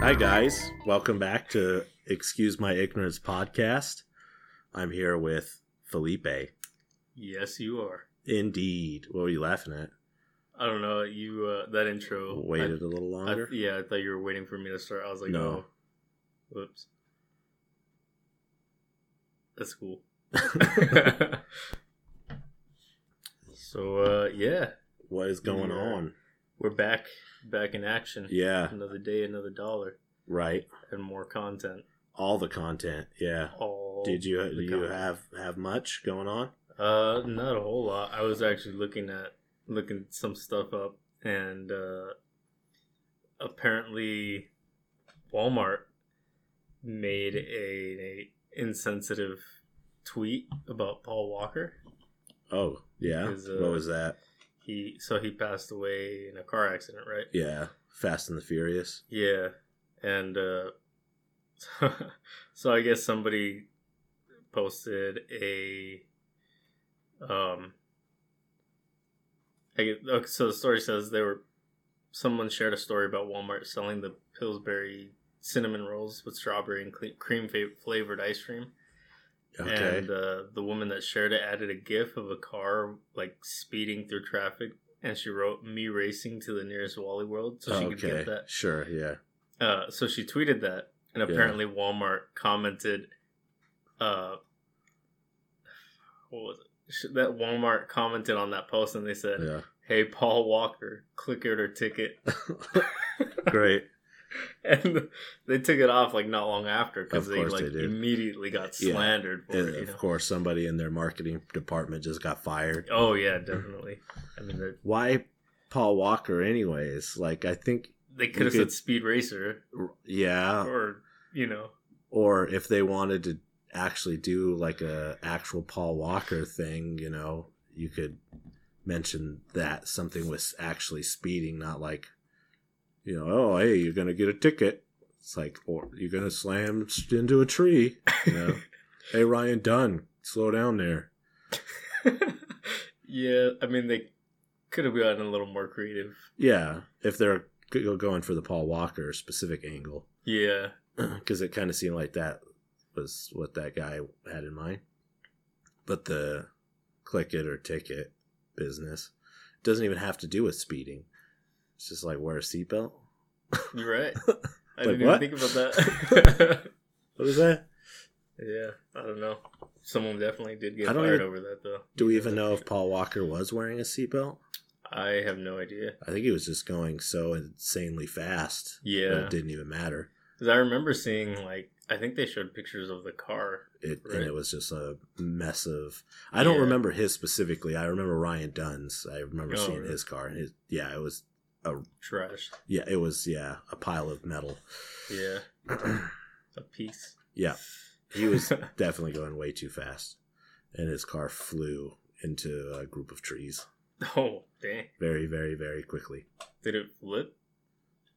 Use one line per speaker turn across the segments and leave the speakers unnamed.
Hi, guys. Welcome back to Excuse My Ignorance podcast. I'm here with Felipe.
Yes, you are.
Indeed. What were you laughing at?
I don't know. You uh, that intro.
Waited a little
I, I,
longer?
yeah, I thought you were waiting for me to start. I was like,
No.
oh, whoops. That's cool. so uh, yeah,
What is going
Yeah.
on?
we're back, back in action.
Yeah,
Another day, another dollar,
right.
and more content.
All the content. Yeah.
All
Did you
the
do you
content.
have have much going on?
Uh, not a whole lot. I was actually looking at looking some stuff up, and uh, apparently, Walmart made a, a insensitive tweet about Paul Walker.
Oh, yeah.
Because, uh,
what was that?
He so he passed away in a car accident, right?
Yeah. Fast and the Furious.
Yeah, and uh, so I guess somebody posted a um. I guess, okay, so the story says they were someone shared a story about Walmart selling the Pillsbury cinnamon rolls with strawberry and cle- cream fa- flavored ice cream,
Okay.
and uh, the woman that shared it added a GIF of a car like speeding through traffic, and she wrote "me racing to the nearest Wally World" so she
okay.
could get that
Sure. Yeah.
uh, so she tweeted that, and
Yeah.
apparently Walmart commented, uh, what was it? Sh- That Walmart commented on that post, and they said,
Yeah.
"Hey, Paul Walker, click it or ticket,"
Great.
and they took it off like not long after because
Of
they
course
like
they did.
immediately got
Yeah.
slandered for
And
it. You know?
of course, somebody in their marketing department just got fired.
Oh yeah, definitely. I mean, they're-
Why Paul Walker, anyways? Like, I think,
they could have
could- Oh.
said Speed Racer
yeah.
or you know,
Or if they wanted to actually do like a actual Paul Walker thing, you know, you could mention that something was actually speeding, not like, you know, oh hey, you're gonna get a ticket. It's like, or you're gonna slam into a tree. You know? hey Ryan Dunn, slow down there.
yeah. I mean, they could have gotten a little more creative.
Yeah, if they're go- going for the Paul Walker specific angle,
Yeah.
because Uh, it kind of seemed like that was what that guy had in mind. But the click it or ticket business doesn't even have to do with speeding. It's just like wear a seatbelt.
You're right. I
Like,
didn't
what?
even think about that.
What is that?
yeah, I don't know. Someone definitely did get
I don't
fired
even-
over that, though.
Do we even know if Paul Walker was wearing a seatbelt?
I have no idea.
I think he was just going so insanely fast that
Yeah,
it didn't even matter.
'Cause I remember seeing like I think they showed pictures of the car.
It,
Right.
And it was just a mess of. I don't
Yeah.
remember his specifically. I remember Ryan Dunn's. I remember
Oh,
seeing
really?
his car. And his, yeah, it was.
Trash.
Yeah, it was. Yeah, a pile of metal.
Yeah, a piece.
yeah, he was definitely going way too fast, and his car flew into a group of trees
oh dang!
very, very, very quickly.
Did it flip?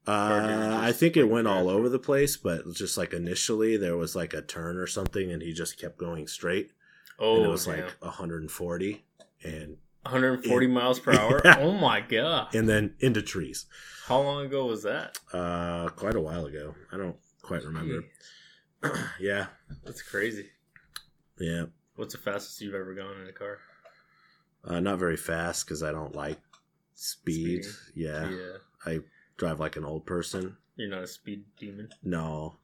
did it
Uh,
just,
I think it
like,
went all
crash?
over the place, but just like initially there was like a turn or something, and he just kept going straight,
Oh,
and it was
damn.
like 140, and
140 miles per hour.
Yeah.
Oh my god!
and then into trees.
How long ago was that?
Uh, quite a while ago. I don't quite remember. yeah,
That's crazy.
yeah.
What's the fastest you've ever gone in a car?
Uh, not very fast because I don't like speed.
Speeding.
Yeah.
yeah,
drive like an old person.
you're not a speed demon.
No,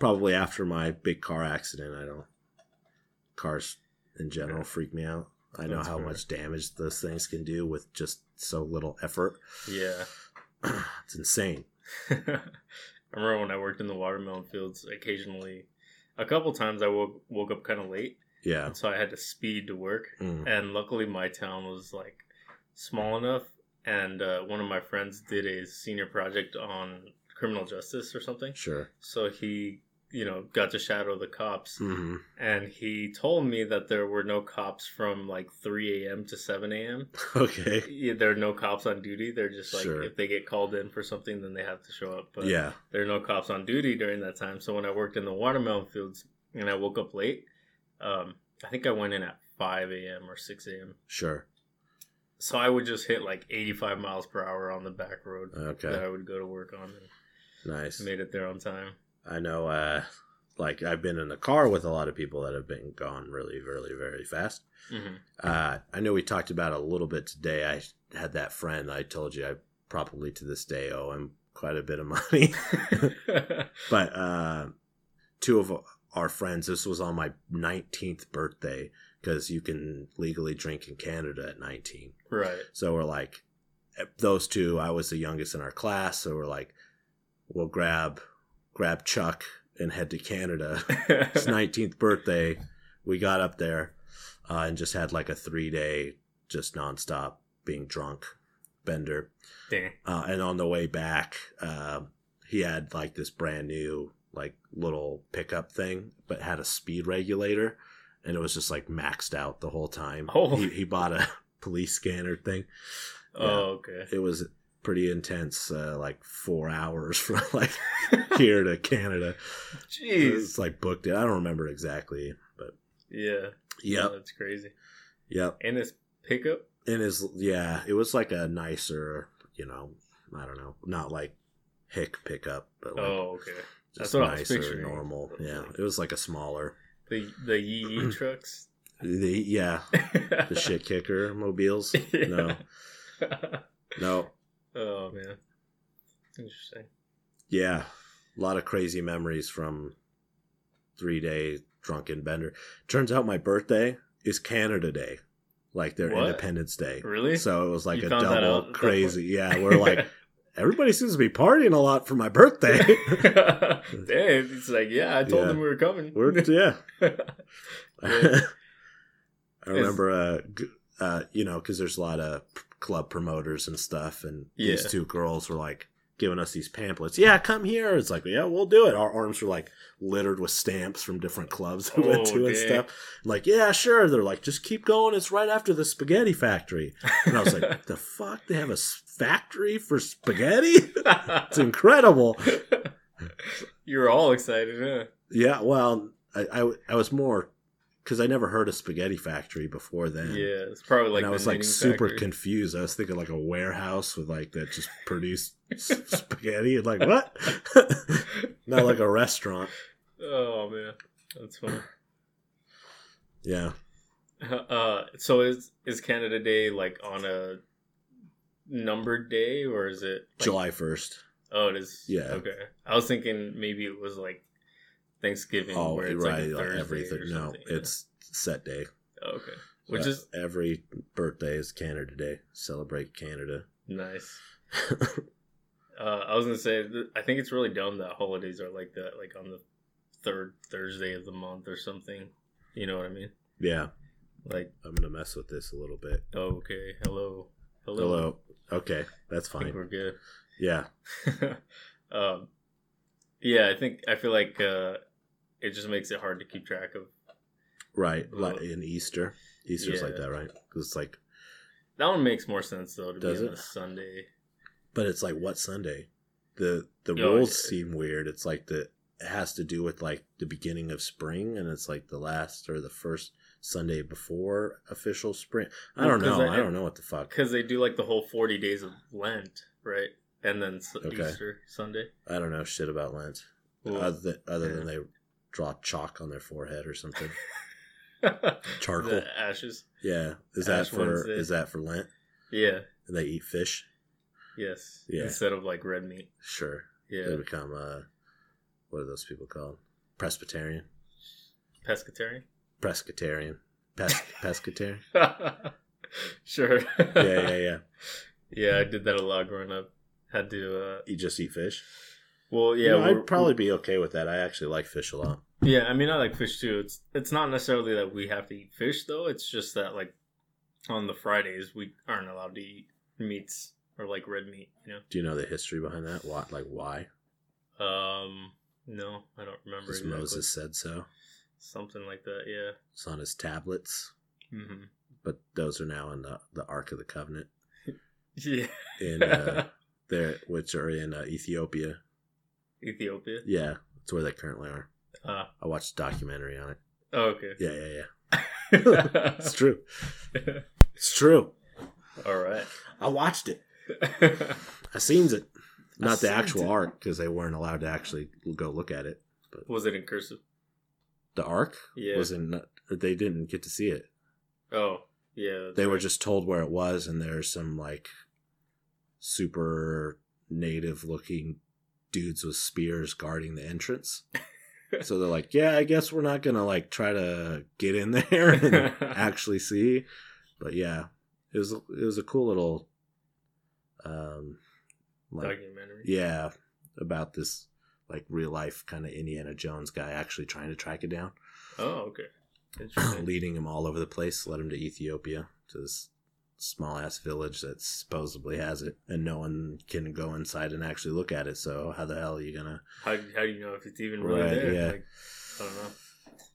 probably after my big car accident, I don't. Cars in general freak me out. I know
That's
how
fair.
much damage those things can do with just so little effort.
Yeah.
it's insane.
I remember when I worked in the watermelon fields occasionally a couple times I woke woke up kind of late
Yeah.
so I had to speed to work
Mm.
and luckily my town was like small enough and uh, one of my friends did a senior project on criminal justice or something
Sure.
so he you know got to shadow the cops
hmm
and he told me that there were no cops from like 3 a.m. to 7 a.m.
Okay.
Yeah, there are no cops on duty they're just like
Sure.
if they get called in for something then they have to show up but
yeah.
there are no cops on duty during that time. So when I worked in the watermelon fields and I woke up late, um, I think I went in at 5 a.m. or 6 a.m.
Sure.
So I would just hit like 85 miles per hour on the back road
Okay.
that I would go to work on.
Nice.
Made it there on time.
I know, uh, like I've been in a car with a lot of people that have been gone really, really, very fast.
hmm
Uh, I know we talked about it a little bit today. I had that friend I told you I probably to this day owe him quite a bit of money, but uh, two of our friends. This was on my nineteenth birthday because you can legally drink in Canada at nineteen.
right.
So we're like, eh, those two. I was the youngest in our class, so we're like, we'll grab grab Chuck and head to Canada his 19th birthday, we got up there uh, and just had like a three day, just nonstop being drunk bender.
Dang.
Uh, and on the way back, uh, he had like this brand new, like little pickup thing, but had a speed regulator. And it was just like maxed out the whole time.
Oh.
He, he bought a police scanner thing.
Oh, okay.
It was pretty intense, uh, like four hours from like here to Canada.
Jeez.
It's like booked it. I don't remember exactly, but
Yeah.
yep,
That's crazy.
yep.
And this pickup.
and his yeah, it was like a nicer, you know, I don't know, not like hick pickup, but like
Oh, okay.
just
that's what I was
nicer,
picturing.
normal. Yeah, it was like a smaller,
The the yee yee trucks.
the yeah, the shit kicker mobiles. No, no,
Oh man. Interesting.
yeah, a lot of crazy memories from three day drunken bender. Turns out my birthday is Canada Day, like their
What?
Independence Day.
Really?
So it was like
You
a
found that out at
double
that
crazy. Yeah, we're like everybody seems to be partying a lot for my birthday.
Dang, it's like, yeah, I told
Yeah.
them we were coming.
We're, yeah.
Yeah.
I remember, uh, g- uh, you know, because there's a lot of p- club promoters and stuff, and these
Yeah.
two girls were like giving us these pamphlets. Yeah, come here. It's like, yeah, we'll do it. Our arms were like littered with stamps from different clubs we went
Oh,
to and
dang.
stuff. Like, yeah, sure. They're like, just keep going. It's right after the spaghetti factory. And I was like, the fuck? They have a s- factory for spaghetti? It's incredible.
You're all excited, huh?
Yeah, well, I, I, I was more because I never heard of Spaghetti Factory before then.
Yeah, it's probably like
and I
the
was like
knitting
super
factory.
confused. I was thinking like a warehouse with like that just produced s- spaghetti and like what? Not like a restaurant.
oh man, that's funny.
Yeah,
Uh, so is is Canada Day like on a numbered day or is it like,
July first.
Oh, it is.
Yeah.
Okay. I was thinking maybe it was like Thanksgiving.
Oh,
where it's
right,
like, a
like,
Thursday
everything.
Or
No,
something.
it's set day.
Oh, okay. Which
Uh,
is
every birthday is Canada Day. Celebrate Canada.
nice. Uh, I was gonna say, th- I think it's really dumb that holidays are like that, like on the third Thursday of the month or something. You know what I mean?
yeah,
Like, oh,
I'm gonna mess with this a little bit.
okay, hello, hello.
Hello. Okay, that's
I think
fine.
we're good.
Yeah,
um, yeah, I think I feel like uh, it just makes it hard to keep track of.
right.
Well-
Like in Easter, Easter's like
Uh-huh. Yeah.
that, right? 'Cause it's like,
That one makes more sense though to
Does
be
it?
on a Sunday.
but it's like what Sunday? The the
Oh,
rules
yeah.
seem weird. It's like the it has to do with like the beginning of spring, and it's like the last or the first Sunday before official spring. I
Well,
don't
'cause
know. I,
I-
don't know what the fuck.
Because they do like the whole 40 days of Lent, right? And then s
Okay. Uh,
Easter Sunday.
I don't know shit about Lent
Well,
other than, other than
yeah.
they draw chalk on their forehead or something. charcoal.
the ashes.
yeah, is that
Ash
for
Wednesday.
is that for Lent?
Yeah.
And they eat fish.
Yes.
Yeah.
Instead of like red meat.
Sure, they
Yeah.
become uh, what are those people called? Presbyterian,
Pescatarian.
Presbyterian, Pes- pescatarian.
sure.
Yeah, yeah, yeah.
Yeah, I did that a lot growing up. Had to. uh
You just eat fish.
Well, yeah.
You know,
we're-
I'd probably be okay with that. I actually like fish a lot.
Yeah, I mean, I like fish too. It's it's not necessarily that we have to eat fish though. It's just that like on the Fridays we aren't allowed to eat meats or like red meat. You know.
Do you know the history behind that? What, like, why?
Um, no, I don't remember.
Because
exactly.
Moses said so.
something like that. Yeah.
It's on his tablets,
hmm
but those are now in the, the Ark of the Covenant,
Yeah.
in uh, there, which are in uh, Ethiopia.
Ethiopia.
Yeah, that's where they currently are.
Ah,
I watched a documentary on it.
oh, okay.
Yeah, yeah, yeah. It's true. It's true.
All right.
I watched it. I seen it. Not the
seen
actual
it.
arc because they weren't allowed to actually go look at it.
Was it in cursive?
The arc
Yeah.
wasn't. They didn't get to see it.
Oh, yeah. that's
They were
right.
just told where it was, and there's some like super native looking dudes with spears guarding the entrance. so they're like, "Yeah, I guess we're not gonna like try to get in there and actually see." But yeah, it was it was a cool little um like
documentary.
yeah about this like real life kind of Indiana Jones guy actually trying to track it down,
Oh, okay. Interesting.
leading him all over the place, led him to Ethiopia to this small ass village that supposedly has it, and no one can go inside and actually look at it. So how the hell are you gonna?
how, how do you know if it's even really
Right,
there?
yeah.
Like, I don't know.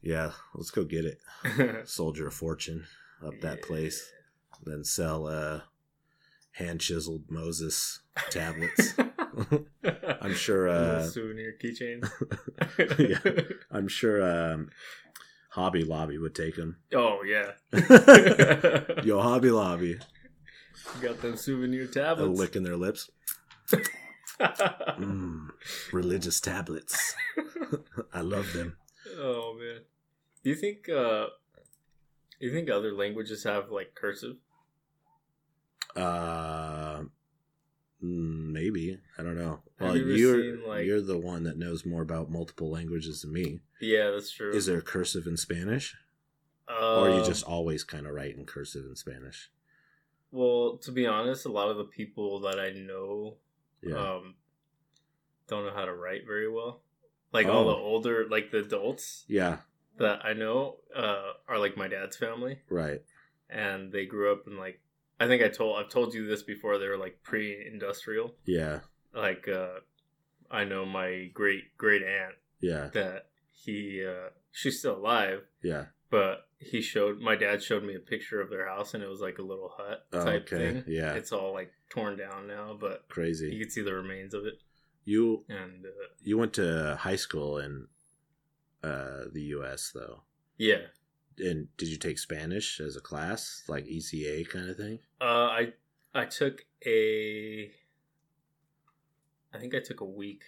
Yeah, let's go get it, soldier of fortune up that place, then sell uh hand chiseled Moses tablets. I'm sure uh
souvenir keychains.
I'm sure um Hobby Lobby would take him.
Oh yeah.
Yo, Hobby Lobby.
Got them souvenir
They're
tablets.
licking their lips. Mm, religious tablets. I love them.
oh man. Do you think uh you think other languages have like cursive?
Uh, mm, maybe I don't know. Well,
you ever
you're
seen, like-
you're the one that knows more about multiple languages than me.
Yeah, that's true.
Is there cursive in Spanish,
Uh,
or you just always kind of write in cursive in Spanish?
well, to be honest, a lot of the people that I know
Yeah.
um don't know how to write very well. Like all the
Oh.
older, like the adults
yeah.
that I know uh, are like my dad's family,
Right.
and they grew up in like I think I told I've told you this before. They were like pre-industrial.
Yeah.
Like uh, I know my great great aunt
Yeah.
that he uh, she's still alive,
Yeah.
but he showed my dad showed me a picture of their house, and it was like a little hut
Oh,
type
okay.
thing.
Yeah.
It's all like torn down now, but you
Crazy.
can see the remains of it.
You
And uh,
you went to high school in uh, the U.S. though.
yeah,
And did you take Spanish as a class, like E ECA kind of thing?
uh, I I took a I think I took a week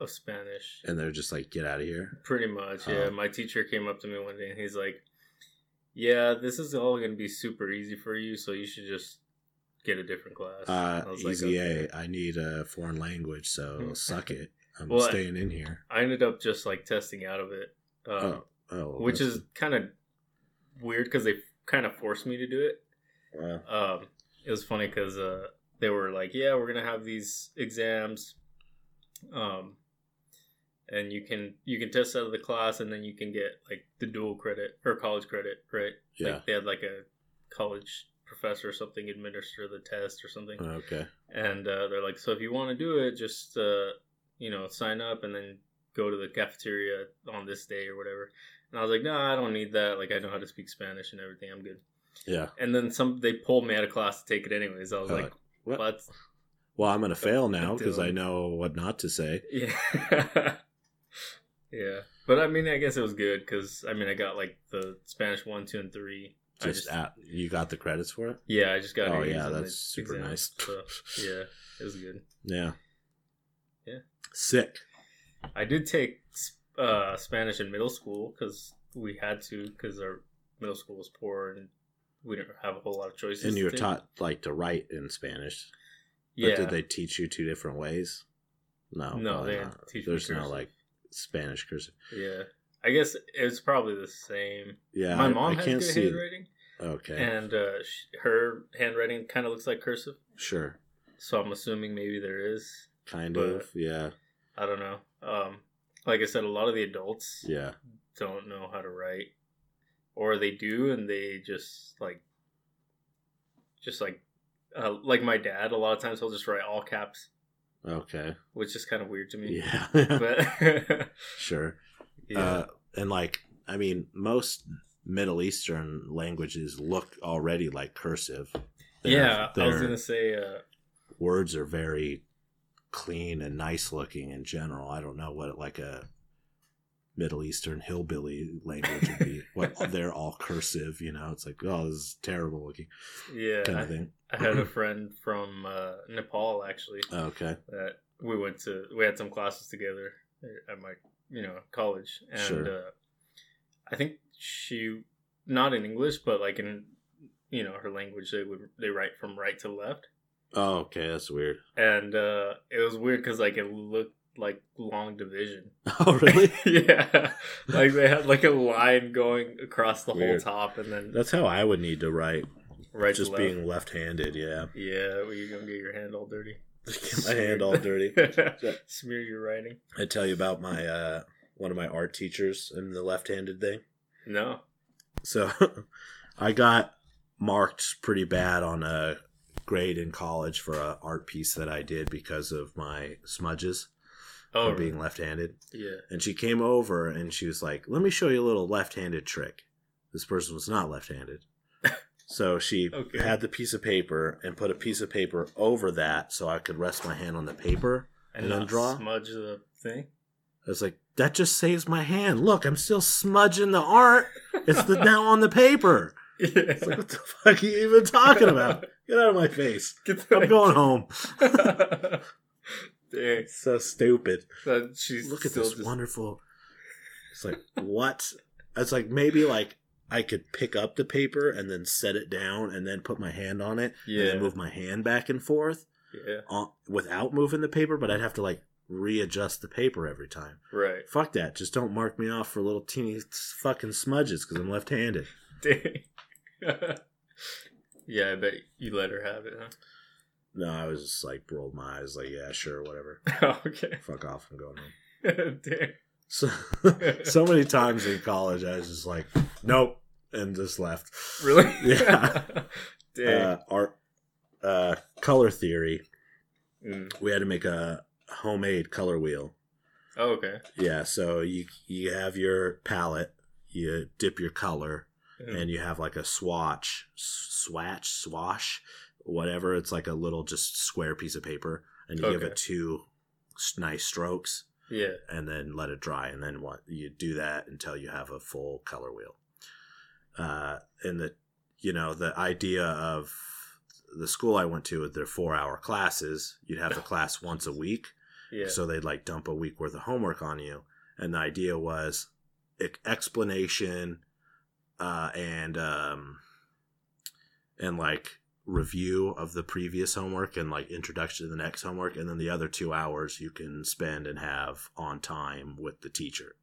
of Spanish.
And they're just like, get out of here.
Pretty much,
Huh.
yeah. My teacher came up to me one day and he's like, "Yeah, this is all going to be super easy for you, so you should just get a different class."
Uh,
I was like,
ECA,
"Okay."
I need a foreign language, so
Hmm.
suck it. I'm
Well, I-
staying in here.
I ended up just like testing out of it, uh,
Oh,
which
that's-
is kind of weird because they kind of forced me to do it.
uh,
um, it was funny because uh, they were like, "Yeah, we're gonna have these exams, um, and you can you can test out of the class, and then you can get like the dual credit or college credit, right?
yeah.
Like they had like a college professor or something administer the test or something,
okay.
and uh, they're like, so if you want to do it, just uh, you know sign up and then go to the cafeteria on this day or whatever." And I was like, "No, I don't need that. Like I know how to speak Spanish and everything. I'm good."
Yeah.
and then some they pulled me out of class to take it anyways. I was
Oh,
like,
what?
what?
Well, I'm gonna fail now
Dude.
because I know what not to say.
Yeah, yeah. But I mean, I guess it was good because I mean, I got like the Spanish one, two, and three. I
Just, at, you got the credits for it.
yeah, I just got.
oh
A's
yeah,
on the
that's super
exam,
nice.
so, yeah, it was good.
yeah.
Yeah.
Sick.
I did take uh, Spanish in middle school because we had to because our middle school was poor and we didn't have a whole lot of choices.
And
to
you were
take.
taught like to write in Spanish.
Yeah.
But did they teach you two different ways? No.
no,
probably
they
not.
didn't teach me
There's no
cursive.
like Spanish cursive.
Yeah, I guess it's probably the same.
Yeah,
My
I-
mom
I,
has
can't
good
see. it.
handwriting,
Okay,
and uh, sh her handwriting kind of looks like cursive.
sure,
So I'm assuming maybe there is.
kind
But-
of. Yeah,
I don't know. Um, like I said, a lot of the adults
yeah,
don't know how to write, or they do and they just like, just like, uh, like my dad. A lot of times he'll just write all caps,
okay,
which is kind of weird to me.
yeah,
But
sure.
yeah,
Uh, and like, I mean, most Middle Eastern languages look already like cursive. Their-
yeah. I was
their
gonna say. Uh,
words are very clean and nice looking in general. I don't know what like a Middle Eastern hillbilly language would be. what they're all cursive, you know? It's like, oh, this is terrible looking
yeah,
kind
I-
of thing.
I had a friend from uh, Nepal actually
Okay,
that we went to we had some classes together at my you know college, and
Sure.
uh, I think she not in English, but like in you know her language, they would they write from right to left,
Oh, okay, that's weird.
and uh, it was weird because like it looked like long division.
Oh, really?
yeah, like they had like a line going across the
Weird.
whole top, and then
that's how I would need to write.
right
just
to left.
being left-handed. Yeah,
Yeah, well, you're gonna get your hand all dirty.
my hand all dirty.
Smear your writing.
I tell you about my uh, one of my art teachers and the left-handed thing.
No.
So I got marked pretty bad on a grade in college for a art piece that I did because of my smudges
Oh,
from being left-handed.
yeah.
And she came over and she was like, "Let me show you a little left-handed trick." This person was not left-handed. So she
Okay.
had the piece of paper and put a piece of paper over that so I could rest my hand on the paper.
And
And
not
then draw?
smudge the thing.
I was like, that just saves my hand. Look, I'm still smudging the art. It's the now on the paper. It's like,
yeah.
what the fuck are you even talking about? Get out of my face.
Get
I'm going home.
going. Dang.
So stupid.
So she's
Look at
still
this
just,
wonderful. It's like, what? It's like, maybe like I could pick up the paper and then set it down and then put my hand on it
Yeah.
and then move my hand back and forth
Yeah.
on, without moving the paper, but I'd have to like readjust the paper every time.
Right.
Fuck that. Just don't mark me off for little teeny fucking smudges because I'm left handed.
Dang. yeah, I bet you let her have it,
No, I was just like, rolled my eyes, like, yeah, sure, whatever.
huh? Oh, okay.
Fuck off. I'm going home.
Dang.
So, so many times in college, I was just like, nope, and just left.
Really?
Yeah.
Dang.
Uh, our uh, color theory,
Mm.
we had to make a homemade color wheel.
Oh, okay.
Yeah, so you you have your palette, you dip your color, and you have like a swatch, swatch, swash, whatever. It's like a little just square piece of paper, and you give
Okay.
it two s- nice strokes,
yeah.
and then let it dry, and then what you do that until you have a full color wheel. Uh, and the you know the idea of the school I went to with their four hour classes, you'd have the class once a week,
Yeah.
so they'd like dump a week worth of homework on you. And the idea was e- explanation uh, and um, and like review of the previous homework and like introduction to the next homework, and then the other two hours you can spend and have on time with the teacher.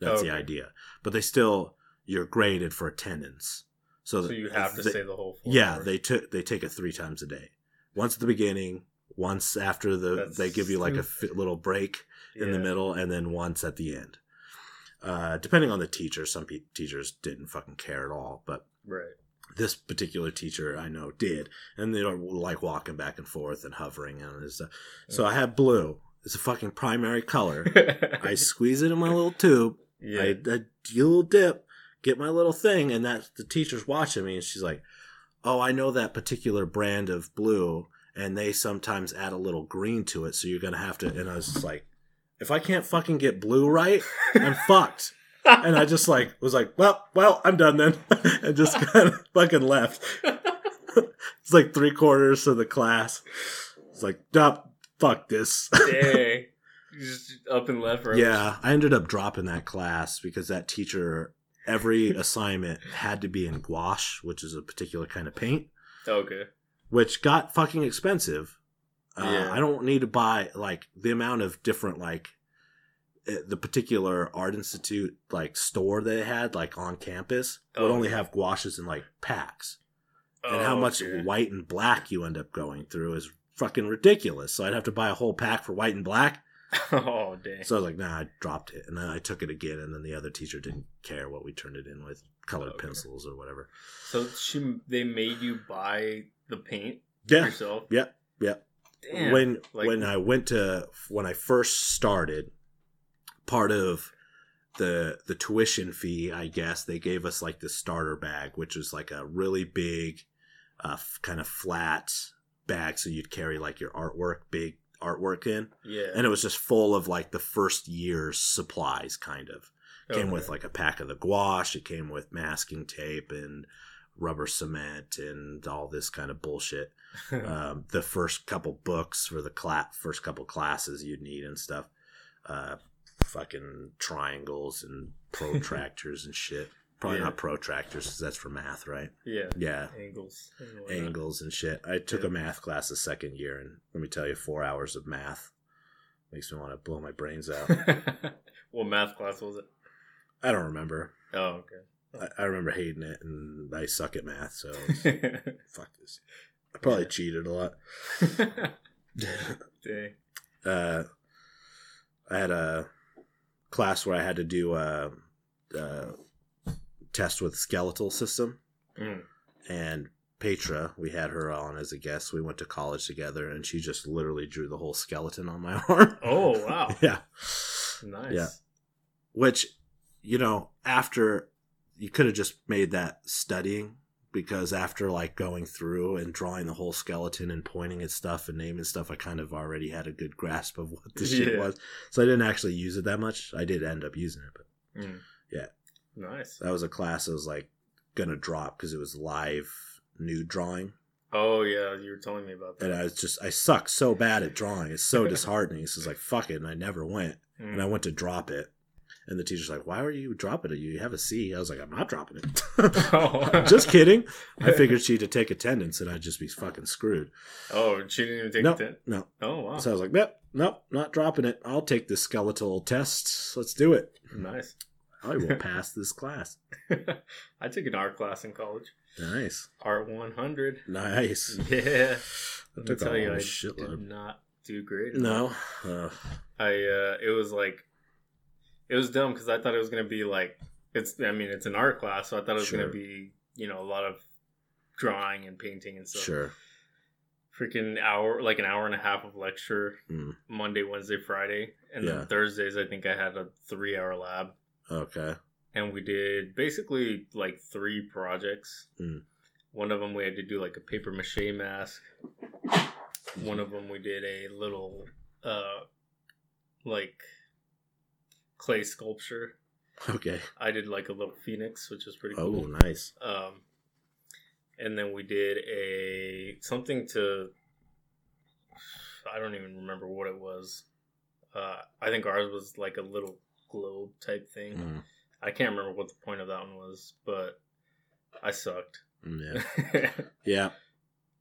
That's the
Okay.
idea. But they still you're graded for attendance. So,
So
that-
you have to
they-
say the whole. four
yeah,
hours.
they took they take it three times a day. Once at the beginning, once after the
That's
they give you like a fi- little break in the
Yeah.
middle, and then once at the end. Uh, depending on the teacher, some pe- teachers didn't fucking care at all, but
Right.
this particular teacher I know did, and they don't like walking back and forth and hovering and stuff. So I had blue. It's a fucking primary color. I squeeze it in my little tube.
yeah.
I, I do a little dip, get my little thing, and that's the teacher's watching me, and she's like, "Oh, I know that particular brand of blue, and they sometimes add a little green to it, so you're gonna have to." And I was just like, "If I can't fucking get blue right, I'm fucked." And I just like was like, "Well, well, I'm done then," and just kind of fucking left. It's like three quarters of the class. It's like, "Dup, fuck this."
Dang. You Just up and left. Right?
Yeah, I ended up dropping that class because that teacher every assignment had to be in gouache, which is a particular kind of paint,
Okay.
which got fucking expensive. Uh,
Yeah.
I don't need to buy like the amount of different like eh, the particular art institute like store that it had like on campus would
Oh.
only have gouaches in like packs and
Oh,
how much
okay.
white and black you end up going through is fucking ridiculous so i'd have to buy a whole pack for white and black
Oh dang.
so I was like, nah, I dropped it. And then I took it again, and then the other teacher didn't care what we turned it in with colored
Okay.
pencils or whatever.
So she, they made you buy the paint
Yeah.
yourself.
Yep, yep.
Damn.
when
like-
when I went to when I first started, part of the the tuition fee, I guess, they gave us like the starter bag, which was like a really big, uh, f- kind of flat bag, so you'd carry like your artwork, big artwork in,
yeah.
and it was just full of like the first year's supplies, kind of. came
Okay.
with like a pack of the gouache it came with masking tape and rubber cement and all this kind of bullshit. um, the first couple books for the cla- first couple classes you'd need and stuff. Uh, fucking triangles and protractors and shit. Probably
Yeah.
not protractors because that's for math, right?
yeah.
Yeah,
Angles. and whatnot.
angles and shit. I took
Yeah.
a math class the second year, and let me tell you, four hours of math makes me want to blow my brains out.
what math class was it?
I don't remember.
Oh,
I, I remember hating it, and I suck at math, so
okay.
fuck this. I probably cheated a lot.
Dang.
uh, I had a class where I had to do a, uh test with skeletal system
Mm.
and Petra. We had her on as a guest. We went to college together, and she just literally drew the whole skeleton on my arm.
Oh, wow.
yeah,
Nice.
Yeah. which you know after you could have just made that studying because after like going through and drawing the whole skeleton and pointing at stuff and naming stuff i kind of already had a good grasp of what this shit
Yeah.
was so i didn't actually use it that much i did end up using it but
Mm.
Yeah.
Nice.
that was a class i was like gonna drop because it was live nude drawing
Oh, yeah. You were telling me about that.
and i was just i suck so bad at drawing it's so disheartening so it's like fuck it and i never went
Mm.
and I went to drop it. And the teacher's like, "Why are you dropping it? You have a C." I was like, "I'm not dropping it."
Oh.
just kidding. I figured she'd have take attendance, and I'd just be fucking screwed.
Oh, and she didn't even take
No.
a ten.
No,
Oh, wow.
so I was like, "Nope, nope, not dropping it. I'll take the skeletal test. Let's do it.
nice.
I will pass this class."
I took an art class in college.
Nice,
Art 100.
nice.
Yeah.
I
Mm. Let me
took a
tell you,
whole
I did
shitload.
not do great.
No, uh,
I uh, it was like it was dumb because I thought it was gonna be like it's I mean it's an art class, so I thought it was
Sure.
gonna be you know a lot of drawing and painting and stuff.
sure.
Freaking hour like an hour and a half of lecture
Mm.
Monday, Wednesday, Friday, and
Yeah.
then Thursdays I think I had a three hour lab.
Okay.
and we did basically like three projects.
Mm.
One of them we had to do like a paper mache mask. One of them we did a little uh like clay sculpture.
Okay.
I did like a little phoenix, which was pretty
Oh,
cool.
nice.
Um and then we did a something to I don't even remember what it was. Uh I think ours was like a little globe type thing.
Mm,
I can't remember what the point of that one was, but I sucked.
Mm. yeah.
yeah.
Yeah.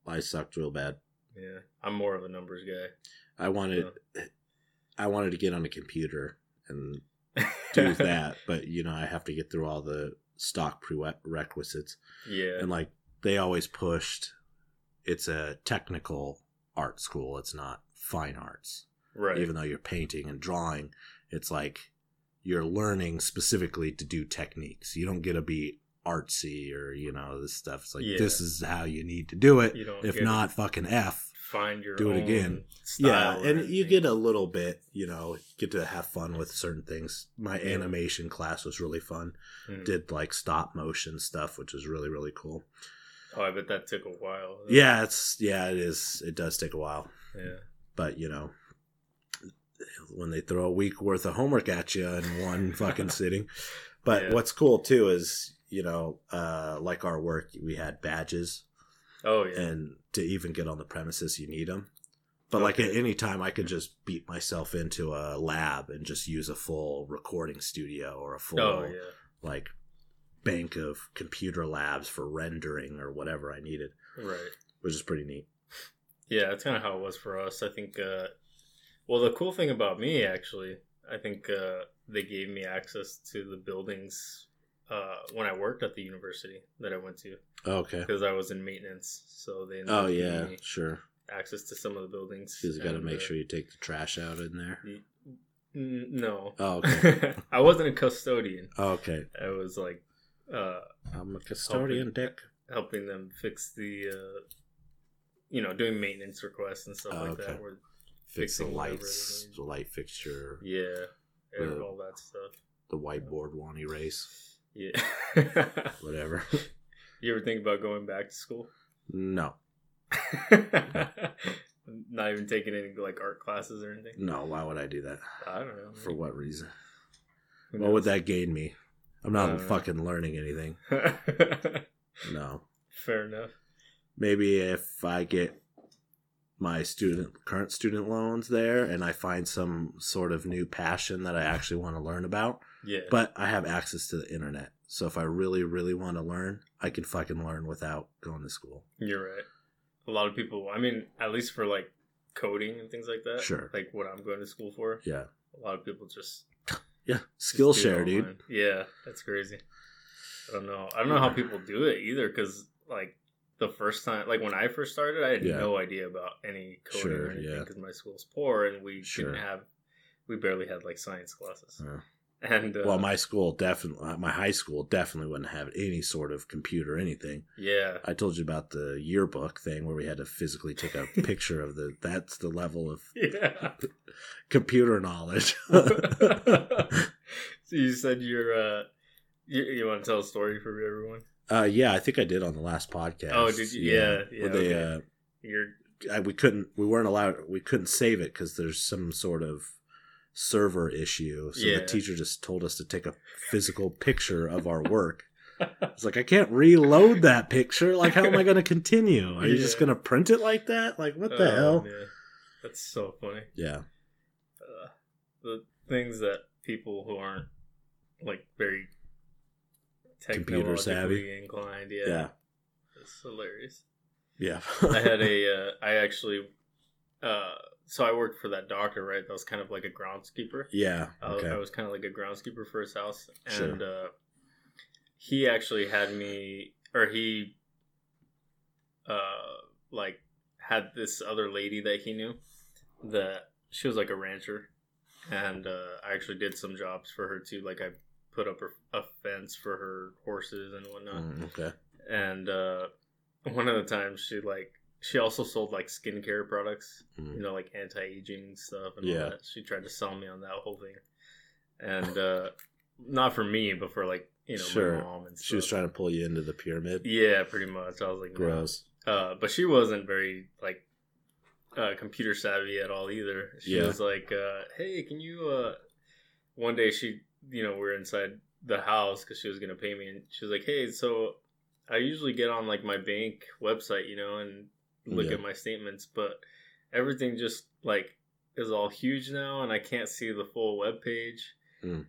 I sucked real bad.
I'm more of a numbers guy.
I wanted I wanted to get on a computer and do that, but you know, I have to get through all the stock prerequisites.
yeah.
And like they always pushed it's a technical art school, it's not fine arts.
Right.
Even though you're painting and drawing, it's like you're learning specifically to do techniques. You don't get to be artsy or, you know, this stuff. It's like
Yeah.
this is how you need to do it.
you don't
If
get
not, fucking F
to find your
do it
own
again. yeah
style or
and you
anything.
get a little bit you know get to have fun with certain things my
Yeah.
animation class was really fun
Mm.
did like stop motion stuff which was really really cool
Oh, I bet that took a while.
yeah it's yeah it is it does take a while
Yeah.
but you know when they throw a week worth of homework at you in one fucking sitting but
Yeah.
what's cool too is you know uh like our work we had badges
Oh yeah.
and to even get on the premises you need them but like
Okay.
at any time i could just beat myself into a lab and just use a full recording studio or a full
oh yeah.
like bank of computer labs for rendering or whatever i needed
Right.
which is pretty neat
Yeah, that's kind of how it was for us. I think. Uh, well, the cool thing about me, actually, I think uh, they gave me access to the buildings uh, when I worked at the university that I went to
okay
because I was in maintenance. So they ended
oh
up giving
yeah
me
sure
access to some of the buildings.
because you got to
and,
make
uh,
sure you take the trash out in there
n- no,
oh okay
I wasn't a custodian.
okay
I was like uh,
i'm a custodian dick
helping them fix the, uh, you know, doing maintenance requests and stuff
Oh,
like
okay.
that. Where,
fix the
Fixing whatever it
lights
is.
the light fixture
yeah, and
Uh,
all that stuff.
the whiteboard won't erase
Yeah.
whatever
you ever think about going back to school?
no
Not even taking any like art classes or anything.
no why would i do that
I don't know.
For what reason?
Who
What would
knows?
that gain me? I'm not
Uh,
fucking learning anything. No.
Fair enough.
Maybe if I get my student current student loans there and I find some sort of new passion that I actually want to learn about.
Yeah.
But I have access to the internet. So if I really, really want to learn, I can fucking learn without going to school.
You're right. A lot of people, I mean, at least for like coding and things like that.
Sure.
Like what I'm going to school for.
Yeah.
A lot of people just.
Yeah.
just do it
Skillshare, dude.
online. Yeah, that's crazy. I don't know. I don't know how people do it either because, like, the first time, like when I first started, I had
Yeah.
no idea about any coding
Sure,
or anything
yeah.
because my school's poor and we
Sure.
didn't have, we barely had like science classes.
Yeah.
And, uh,
Well, my school definitely, my high school definitely wouldn't have any sort of computer or anything.
yeah.
I told you about the yearbook thing where we had to physically take a picture of the, that's the level of
Yeah.
computer knowledge. Uh,
so you said you're uh you, you want to tell a story for everyone
Uh, yeah, I think I did on the last podcast.
Oh, did you- yeah, yeah,
Well, they,
okay. you're
uh, I, we couldn't, we weren't allowed, we couldn't save it because there's some sort of server issue. So
Yeah.
the teacher just told us to take a physical picture of our work. It's like I can't reload that picture. Like, how am I going to continue? Are you just
Yeah.
going to print it like that? Like, what the
Oh,
hell?
man. that's so funny
Yeah,
uh, the things that people who aren't like very
Computer savvy.
technologically inclined yeah,
yeah,
it's hilarious
yeah.
i had a uh, i actually uh so i worked for that doctor right that was kind of like a groundskeeper
yeah.
I was- I
Okay.
was kind of like a groundskeeper for his house,
Sure.
and uh, he actually had me, or he, uh, like had this other lady that he knew that she was like a rancher, and uh, I actually did some jobs for her too. Like I put up her, a fence for her horses and whatnot,
Mm, okay.
and uh, one of the times she like she also sold like skincare products
Mm.
you know, like anti aging stuff and
Yeah.
all that. She tried to sell me on that whole thing, and uh, not for me, but for like you know
Sure.
my mom and stuff.
She was trying to pull you into the pyramid.
Yeah, pretty much. I was like, no.
Gross.
Uh, but she wasn't very like uh, computer savvy at all either. She
Yeah.
was like, uh, "Hey, can you?" Uh... One day, she, you know, we're inside the house because she was gonna pay me, and she was like, "Hey, so I usually get on like my bank website, you know, and look
Yeah.
at my statements, but everything just like is all huge now, and I can't see the full web page."
Mm.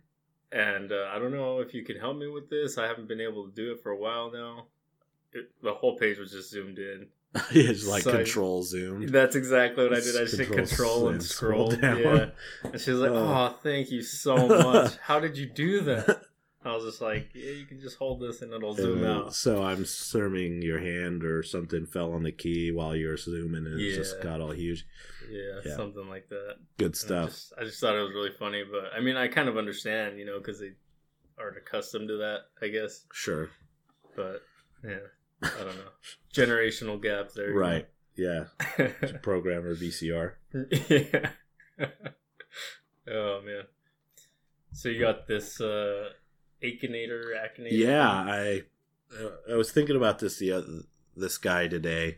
And uh, I don't know if you can help me with this. I haven't been able to do it for a while now. It, the whole page was just zoomed in.
yeah, just like
So I-
control zoom.
That's exactly what I did. I
Just
just did
control
control and
and scroll
scroll.
down.
Yeah. And she was like,
Oh.
"Oh, thank you so much. How did you do that?" I was just like, "Yeah, you can just hold this and it'll zoom
Uh,
out."
So I'm assuming your hand or something fell on the key while you were zooming and it just
Yeah. Uh,
got all huge.
Yeah,
Yeah.
something like that.
Good
And I
stuff.
just, I just thought it was really funny, but I mean, I kind of understand, you know, because they are accustomed to that, I guess.
Sure.
But yeah, I don't know. Generational gap there. you
Right. Yeah.
know.
Programmer VCR.
yeah. oh man. So you got this uh Akinator, Akinator.
Yeah, I uh, I was thinking about this the other, this guy today.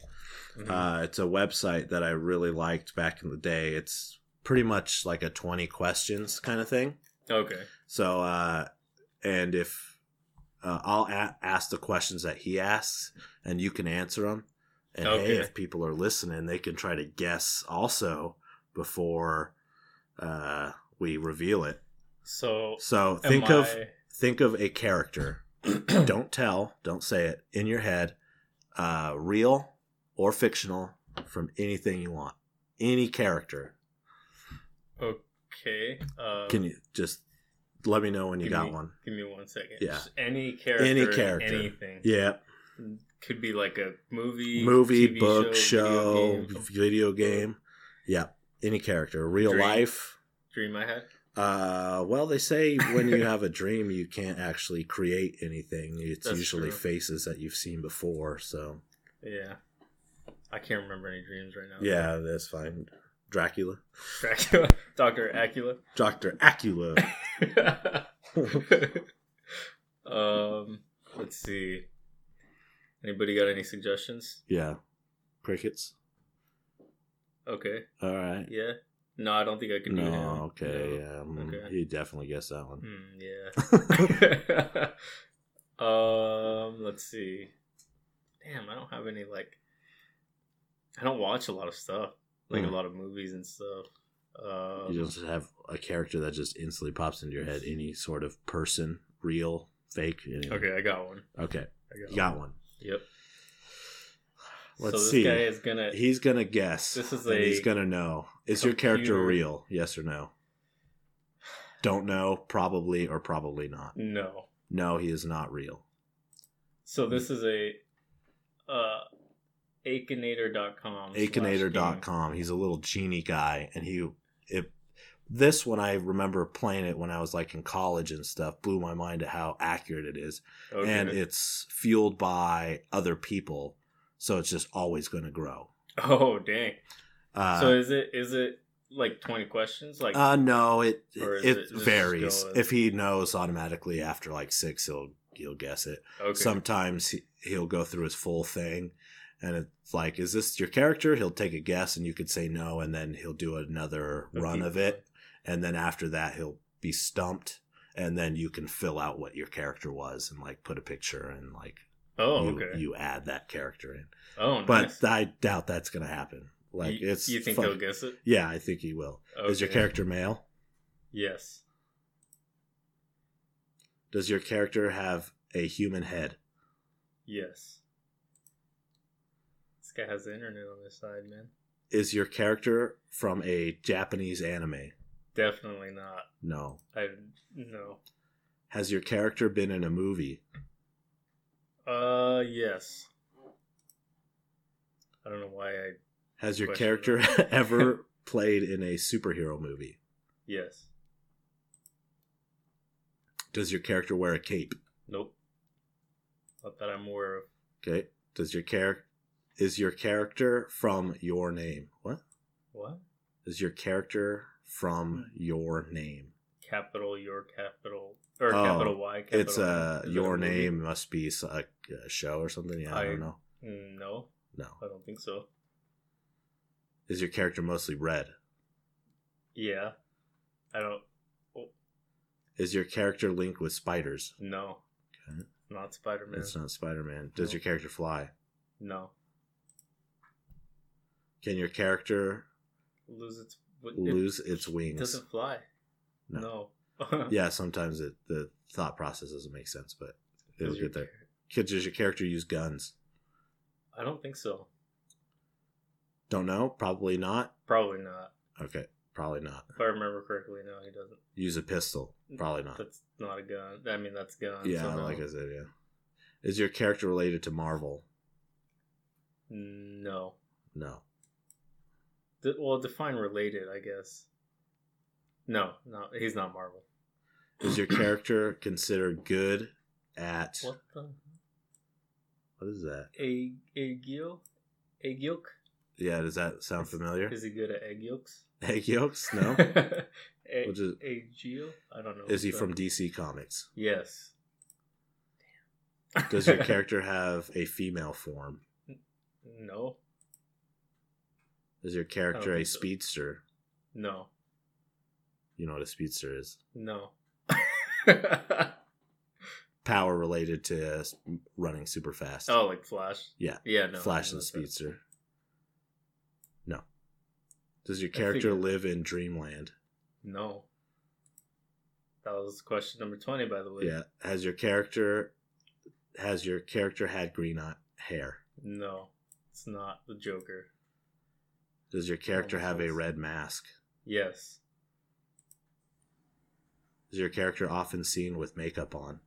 Mhm.
Uh, it's a website that I really liked back in the day. It's pretty much like a 20 questions kind of thing.
okay.
So, uh, and if uh, I'll a- ask the questions that he asks, and you can answer them. And hey,
Okay.
if people are listening, they can try to guess also before uh, we reveal it.
So
So
am
think of
I-
think of a character. don't tell. Don't say it in your head. Uh, real or fictional from anything you want. Any character.
okay. Um,
Can you just let me know when you
give
got
me-
one?
Give me one second.
Yeah.
Just any character.
Any
in
character.
Anything.
Yeah.
Could be like a movie,
movie,
TV
book, show,
show,
video
video
game.
game.
Yeah, any character, real
Dream.
life.
dream I had.
Uh, well, they say when you have a dream, you can't actually create anything. It's
That's
usually
true.
faces that you've seen before. So
Yeah. I can't remember any dreams right now.
yeah, that's fine. Dracula,
Dracula, Doctor Acula.
Doctor Acula.
um, let's see. Anybody got any suggestions?
yeah, crickets.
Okay,
All right.
yeah. No, I don't think I can do him.
No, okay,
No.
yeah, mm,
Okay.
you definitely guessed that one.
Hmm, yeah. um, let's see. damn, I don't have any like. I don't watch a lot of stuff, like
Hmm.
a lot of movies and stuff. Um,
you just have a character that just instantly pops into your head. Any sort of person, real, fake. Anything.
okay, I got one.
Okay.
I got
You got one.
Yep.
Let's
so this
see.
guy is gonna.
He's gonna guess.
This is
and he's
a
gonna know. Is your character
computer-
real? Yes or no? Don't know. Probably or probably not.
no.
No, he is not real. Mm.
So this is a. Uh, Akinator.com. slash game.
Akinator.com. He's a little genie guy, and he it this one I remember playing it when I was like in college and stuff. Blew my mind at how accurate it is,
Okay.
and it's fueled by other people, so it's just always going to grow.
oh dang.
Uh,
so is it is it like twenty questions? Like
uh no, it
Or is
it,
it just
varies.
going-
If he knows automatically after like six, he'll he'll guess it.
okay.
Sometimes he, he'll go through his full thing, and it's like, is this your character? He'll take a guess, and you could say no, and then he'll do another
A
run
deep
of it, and then after that, he'll be stumped, and then you can fill out what your character was and like put a picture and like
one. Oh
you,
okay.
you add that character in.
oh nice.
But I doubt that's gonna happen. Like
you,
it's
you think
fuck-
they'll guess it?
Yeah, I think he will. Is your
Okay.
character male?
Yes.
Does your character have a human head?
Yes. This guy has the internet on his side, man.
Is your character from a Japanese anime?
Definitely not.
No.
I no.
Has your character been in a movie?
Uh yes. I don't know why I
Has your
Question.
character ever played in a superhero movie?
yes.
Does your character wear a cape?
Nope. Not that I'm aware of.
Okay. Does your character is your character from your name? What?
What?
Is your character
Hmm.
from your name?
Capital your capital or
Oh,
capital Y capital
It's uh
N. Is that
your
movie?
name must be s- a, a show or something. Yeah, I,
I-
don't know.
Mm, No,
No.
I don't think so.
Is your character mostly red?
Yeah. I don't
Is your character linked with spiders?
no.
Okay.
Not Spider Man.
It's uh, not Spider Man. Does
No.
your character fly?
No.
Can your character
Lose its it-
lose its
It
wings?
doesn't fly.
No.
No.
Yeah, sometimes it, the thought process doesn't make sense, but
Does
it'll
your
get there.
char-
Could, does your character use guns?
I don't think so.
Don't know. Probably not.
Probably not.
Okay, probably not.
If I remember correctly, no, he doesn't.
Use a pistol. Probably not.
That's not a gun. I mean, that's gun.
yeah,
so no.
like I said, yeah. Is your character related to Marvel?
No.
No.
D- well, define related, I guess. No, no, he's not Marvel.
Is your character considered good at
What the?
what is that?
A egg yolk? Egg yolk?
Yeah, does that sound familiar?
Is he good at egg yolks?
Egg yolks? No.
egg,
Which is-
egg yolk? I don't know.
Is he
So-
from DC Comics?
Yes. Damn.
Does your character have a female form?
no,
Is your character a
think so.
speedster?
no,
You know what a speedster is.
no.
Power related to uh, s- running super fast.
oh, like Flash?
Yeah.
Yeah, no.
Flash and
that's it.
speedster. No. Does your
I
character
figured-
live in Dreamland?
No. That was question number 20, by the way.
Yeah. Has your character has your character had green eye- hair?
No, it's not the Joker.
Does your character have a
Almost.
red mask?
Yes.
Is your character often seen with makeup on?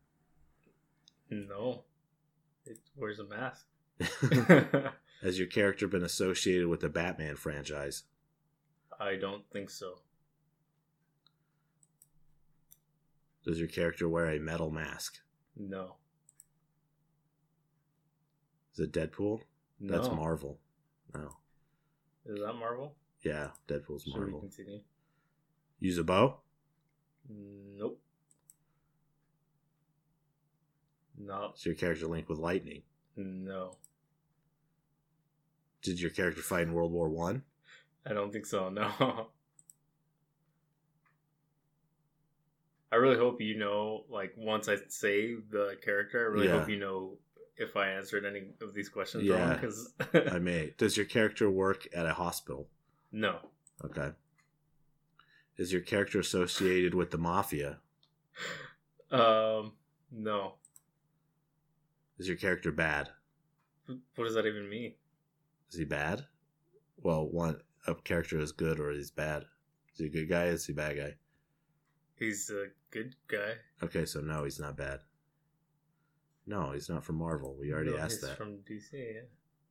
No. It wears a mask.
Has your character been associated with the Batman franchise?
I don't think so.
Does your character wear a metal mask?
No.
Is it Deadpool?
no.
That's Marvel. No.
Is that Marvel?
Yeah, Deadpool's
Should we
Marvel.
continue?
Use a bow?
Nope. No.
Is your character linked with lightning?
No.
Did your character fight in World War One?
I don't think so. No. I really hope you know. Like once I say the character, I really
Yeah.
hope you know if I answered any of these questions
Yeah.
wrong because
I may. Does your character work at a hospital?
no,
Okay. Is your character associated with the mafia?
um, no.
Is your character bad?
What does that even mean?
Is he bad? Well, one a character is good or he's bad. Is he a good guy? Is he a bad guy?
He's a good guy.
Okay, so no, he's not bad. No, he's not from Marvel. We already
No,
asked
he's
that.
From DC. Yeah.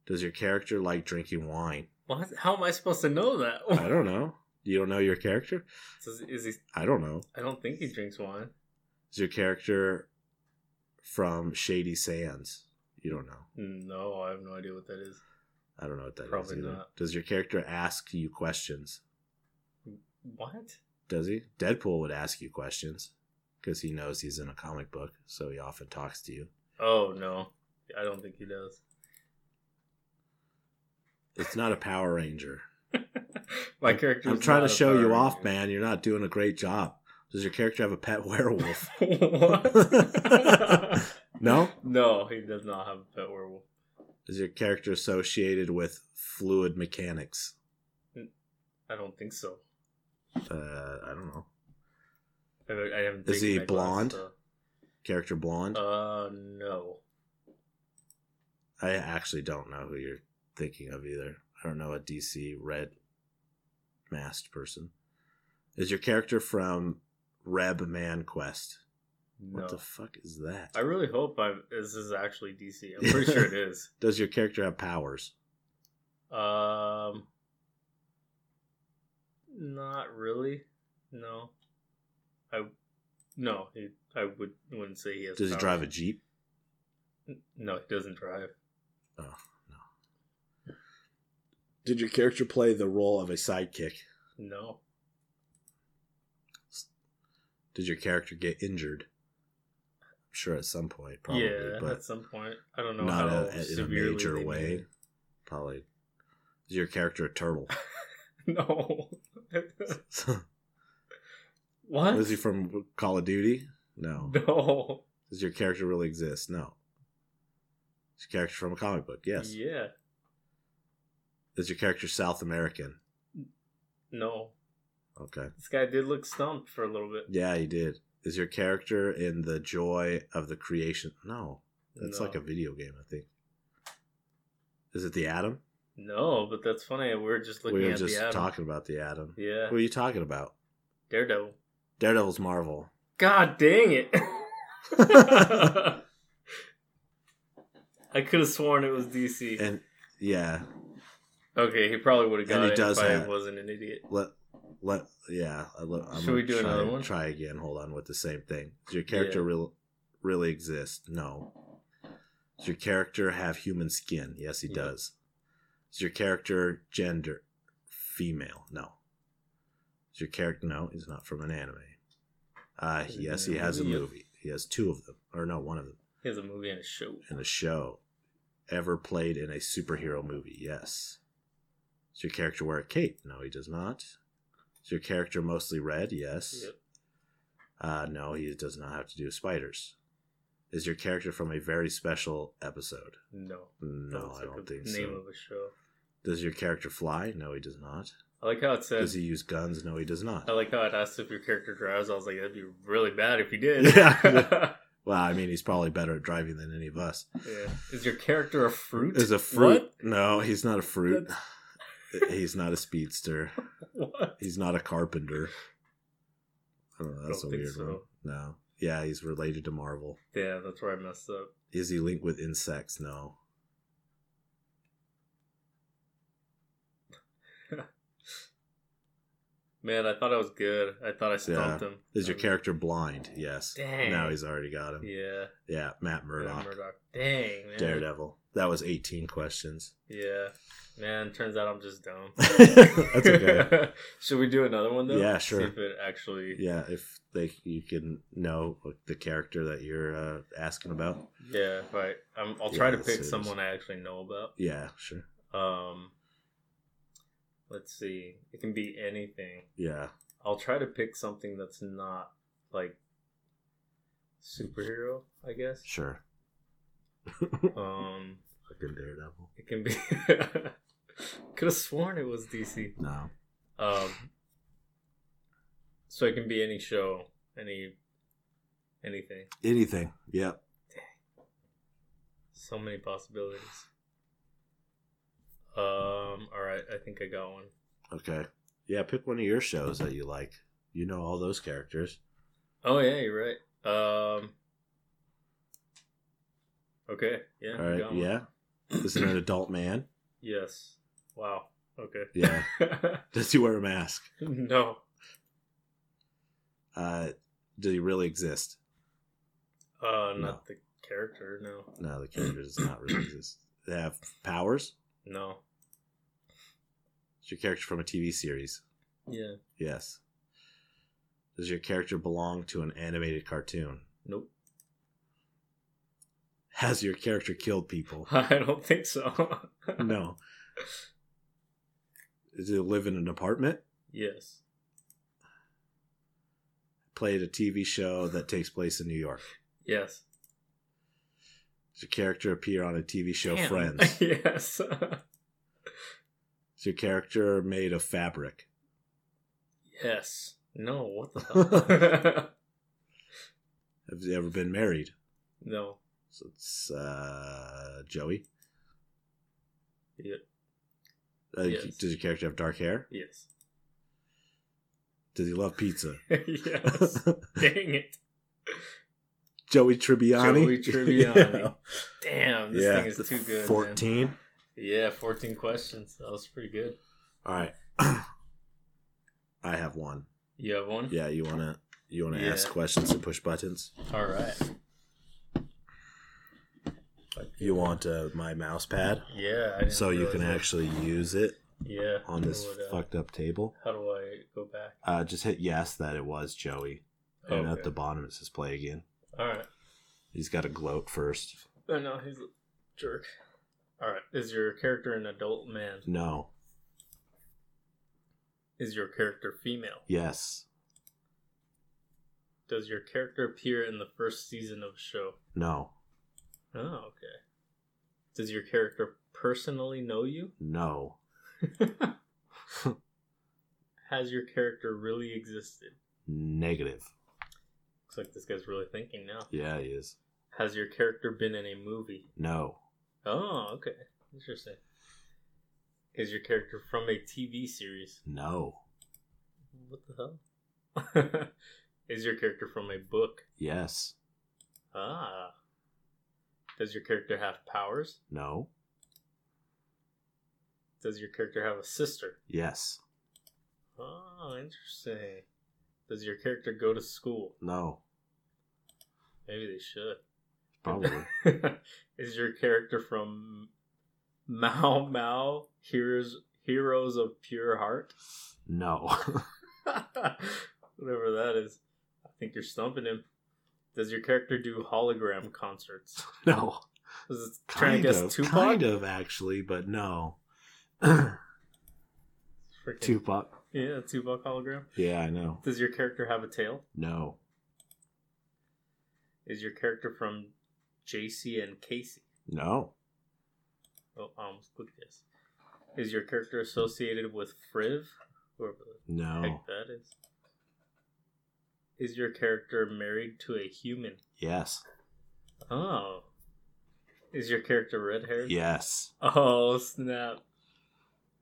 Does your character like drinking wine?
What? How am I supposed to know that?
I don't know. You don't know your character?
Is, is he?
I don't know.
I don't think he drinks wine.
Is your character from Shady Sands? You don't know.
No, I have no idea what that is.
I don't know what that is.
Probably
either.
not.
Does your character ask you questions?
What?
Does he? Deadpool would ask you questions because he knows he's in a comic book, so he often talks to you.
Oh no, I don't think he does.
It's not a Power Ranger.
My character.
I'm
is
trying
not
to
a
show you
Power
off,
Ranger.
man. You're not doing a great job. Does your character have a pet werewolf?
what?
no?
no, he does not have a pet werewolf.
Is your character associated with fluid mechanics?
I don't think so.
Uh, I don't know.
I, I haven't.
Is
taken
he
that
blonde?
Class,
Character blonde?
so. Uh, no.
I actually don't know who you're thinking of either. I don't know a DC red masked person. Is your character from Reb Man Quest?
No.
What the fuck is that?
I really hope I this is actually DC. I'm pretty sure it is.
Does your character have powers?
Um, not really. No, I no. He, I would wouldn't say he has.
Does he
powers.
drive a Jeep?
N- No, he doesn't drive.
Did your character play the role of a sidekick?
No,
Did your character get injured? I'm sure at some point, probably,
yeah.
but
at some point, I don't know
not
how
a, in a
severely
major
they
way.
made
Probably. Is your character a turtle?
it. No. what?
Was he from Call of Duty? No.
No.
Does your character really exist? No. Is your character from a comic book? Yes.
Yeah.
Is your character South American?
No.
Okay.
This guy did look stumped for a little bit.
Yeah, he did. Is your character in the joy of the creation? No. That's
No.
like a video game, I think. Is it the Atom?
No, but that's funny. We We're just looking
we were
at
just
the Adam.
talking about the Atom.
yeah.
What are you talking about?
Daredevil.
Daredevil's Marvel.
God dang it. I could have sworn it was DC.
And yeah,
okay, he probably would have got
And he
it
does
if I
that.
wasn't an idiot.
let let yeah. I lo- I'm
Should
gonna
we do
try,
another one?
Try again. Hold on with the same thing. Does your character
Yeah.
real, really exist? No. Does your character have human skin? Yes, he
Yeah.
does. Is your character gender female? No. Is your character no? He's not from an anime. Uh,
Is it
yes,
in
he
a
has a
movie?
movie. He has two of them, or no, one of them,
He has a movie and a show.
in a show. Ever played in a superhero movie? Yes. Does your character wear a cape? No, he does not. Is your character mostly red? Yes.
Yep.
Uh, no, he does not have to do with spiders. Is your character from a very special episode?
No.
No,
That's
I
like
don't
the
think
name
so.
of a show.
Does your character fly? No, he does not.
I like how it
Does
says.
he use guns? No, he does not.
I like how it asked if your character drives. I was like, that'd be really bad if you did.
Yeah. Well, I mean, he's probably better at driving than any of us.
Yeah. Is your character a fruit?
Is a fruit? No, he's not a fruit.
That's-
he's not a speedster.
What? What?
He's not a carpenter. I don't know. That's
don't
a
think
weird one.
so.
No. Yeah, he's related to Marvel.
Yeah, that's where I messed up.
Is he linked with insects? No.
Man, I thought I was good. I thought I stumped him.
Is your
Um,
character blind? Yes.
Dang.
Now he's already got him.
Yeah.
Yeah, Matt Murdock,
Matt Murdock. Dang, man.
Daredevil. That was 18 questions.
Yeah. Man, turns out I'm just dumb.
That's okay.
Should we do another one though?
Yeah,
See
sure.
if it actually yeah.
Yeah, if they you can know like, the character that you're uh, asking about.
if I I'm, I'll try
Yeah,
to
this
pick
is-
someone I actually know about.
Yeah, sure.
Um let's see. It can be anything.
Yeah.
I'll try to pick something that's not like superhero, I guess.
Sure.
Um,
Fucking Daredevil.
it can be. Could have sworn it was DC.
No.
Um, so it can be any show, any, anything.
Anything. Yep.
So many possibilities. Um. All right. I think I got one.
Okay. Yeah, pick one of your shows that you like. You know all those characters.
Oh yeah, you're right. Um. Okay. Yeah.
All
I
right.
got one.
Yeah. Is it an adult man?
Yes. Wow. Okay.
Yeah. Does he wear a mask?
no.
Uh, does he really exist?
Uh. Not
No.
the character. No.
No, the character does not really exist. They have powers.
No.
Is your character from a TV series?
Yeah.
Yes. Does your character belong to an animated cartoon?
Nope.
Has your character killed people?
I don't think so.
No. Does he live in an apartment?
Yes.
Played a TV show that takes place in New York.
Yes.
Does your character appear on a TV show
Damn.
Friends?
yes.
Is your character made of fabric?
yes. No. What the hell?
Have you ever been married?
no.
So it's uh, Joey.
Yeah.
Uh,
Yes.
Does your character have dark hair?
Yes.
Does he love pizza?
yes. Dang it.
Joey Tribbiani.
Joey Tribbiani. Damn, this
yeah,
thing is
the
too good. man.
Fourteen.
Yeah, 14 questions. That was pretty good.
All right. I have one.
You have one?
Yeah, you wanna you wanna
Yeah.
ask questions and push buttons.
All right.
You want uh, my mouse pad
Yeah. I didn't
so you
realize
can
that.
actually use it
Yeah.
on this
What, uh,
fucked up table.
How do I go back?
Uh, just hit yes that it was Joey, and
Okay.
at the bottom it says play again.
All right.
He's got to gloat first.
Oh, no, he's a jerk. All right. Is your character an adult man?
No.
Is your character female?
Yes.
Does your character appear in the first season of a show?
No.
Oh, okay. Does your character personally know you?
No.
Has your character really existed?
Negative.
Looks like this guy's really thinking now.
Yeah, he is.
Has your character been in a movie?
No.
Oh, okay. Interesting. Is your character from a TV series?
No.
What the hell? Is your character from a book?
Yes.
Ah. Does your character have powers?
No.
Does your character have a sister?
Yes.
Oh, interesting. Does your character go to school?
No.
Maybe they should.
Probably.
is your character from Mao Mao Heroes Heroes of Pure Heart?
no.
Whatever that is. I think you're stumping him. Does your character do hologram concerts?
no.
Is it trying to guess
of,
Tupac?
Kind of, actually, but no. Tupac.
Freaking- Yeah, Tupac hologram.
Yeah, I know.
Does your character have a tail?
No.
Is your character from JC and Casey?
No.
Oh, I almost clicked this. Is your character associated with Friv? Whoever the
No.
heck that is. Is your character married to a human?
Yes.
Oh. Is your character red haired?
Yes.
Oh, snap.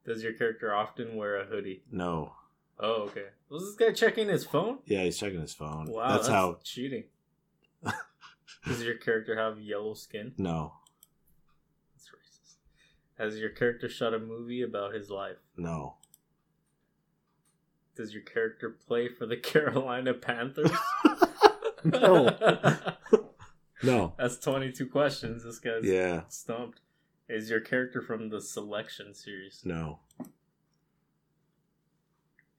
Does your character often wear a hoodie?
No.
Oh, okay. Was this guy checking his phone?
Yeah, he's checking his phone.
Wow,
that's, how.
cheating. Does your character have yellow skin?
No.
That's racist. Has your character shot a movie about his life?
No.
Does your character play for the Carolina Panthers?
No. No.
That's 22 questions. This guy's
Yeah.
stumped. Is your character from the selection series?
No.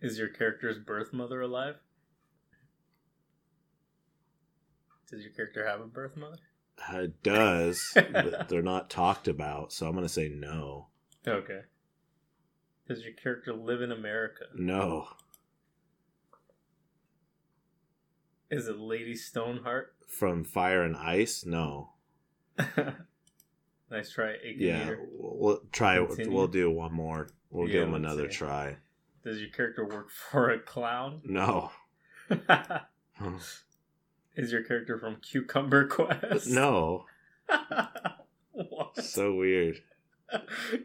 Is your character's birth mother alive? Does your character have a birth mother?
It does, but they're not talked about, so I'm gonna say no.
Okay. Does your character live in America?
No.
Is it Lady Stoneheart?
From Fire and Ice? No.
Nice try, eight
Yeah,
meter.
we'll try.
Continue.
We'll do one more. We'll
Yeah,
give him
let's
another
see.
try.
Does your character work for a clown?
No,
Is your character from Cucumber Quest?
no,
what?
so weird.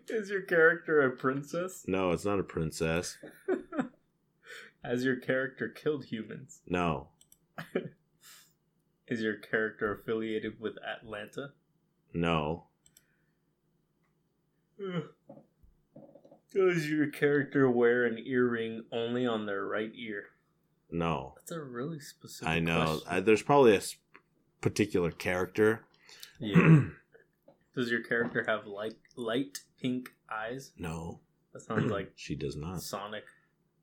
Is your character a princess?
No, it's not a princess.
Has your character killed humans?
No,
Is your character affiliated with Atlanta?
no,
Ugh. Does Hmm. your character wear an earring only on their right ear?
no.
That's a really specific.
I know.
question.
I, there's probably a s- particular character.
yeah. Does your character have light light pink eyes?
no,
That sounds like
she does not.
Sonic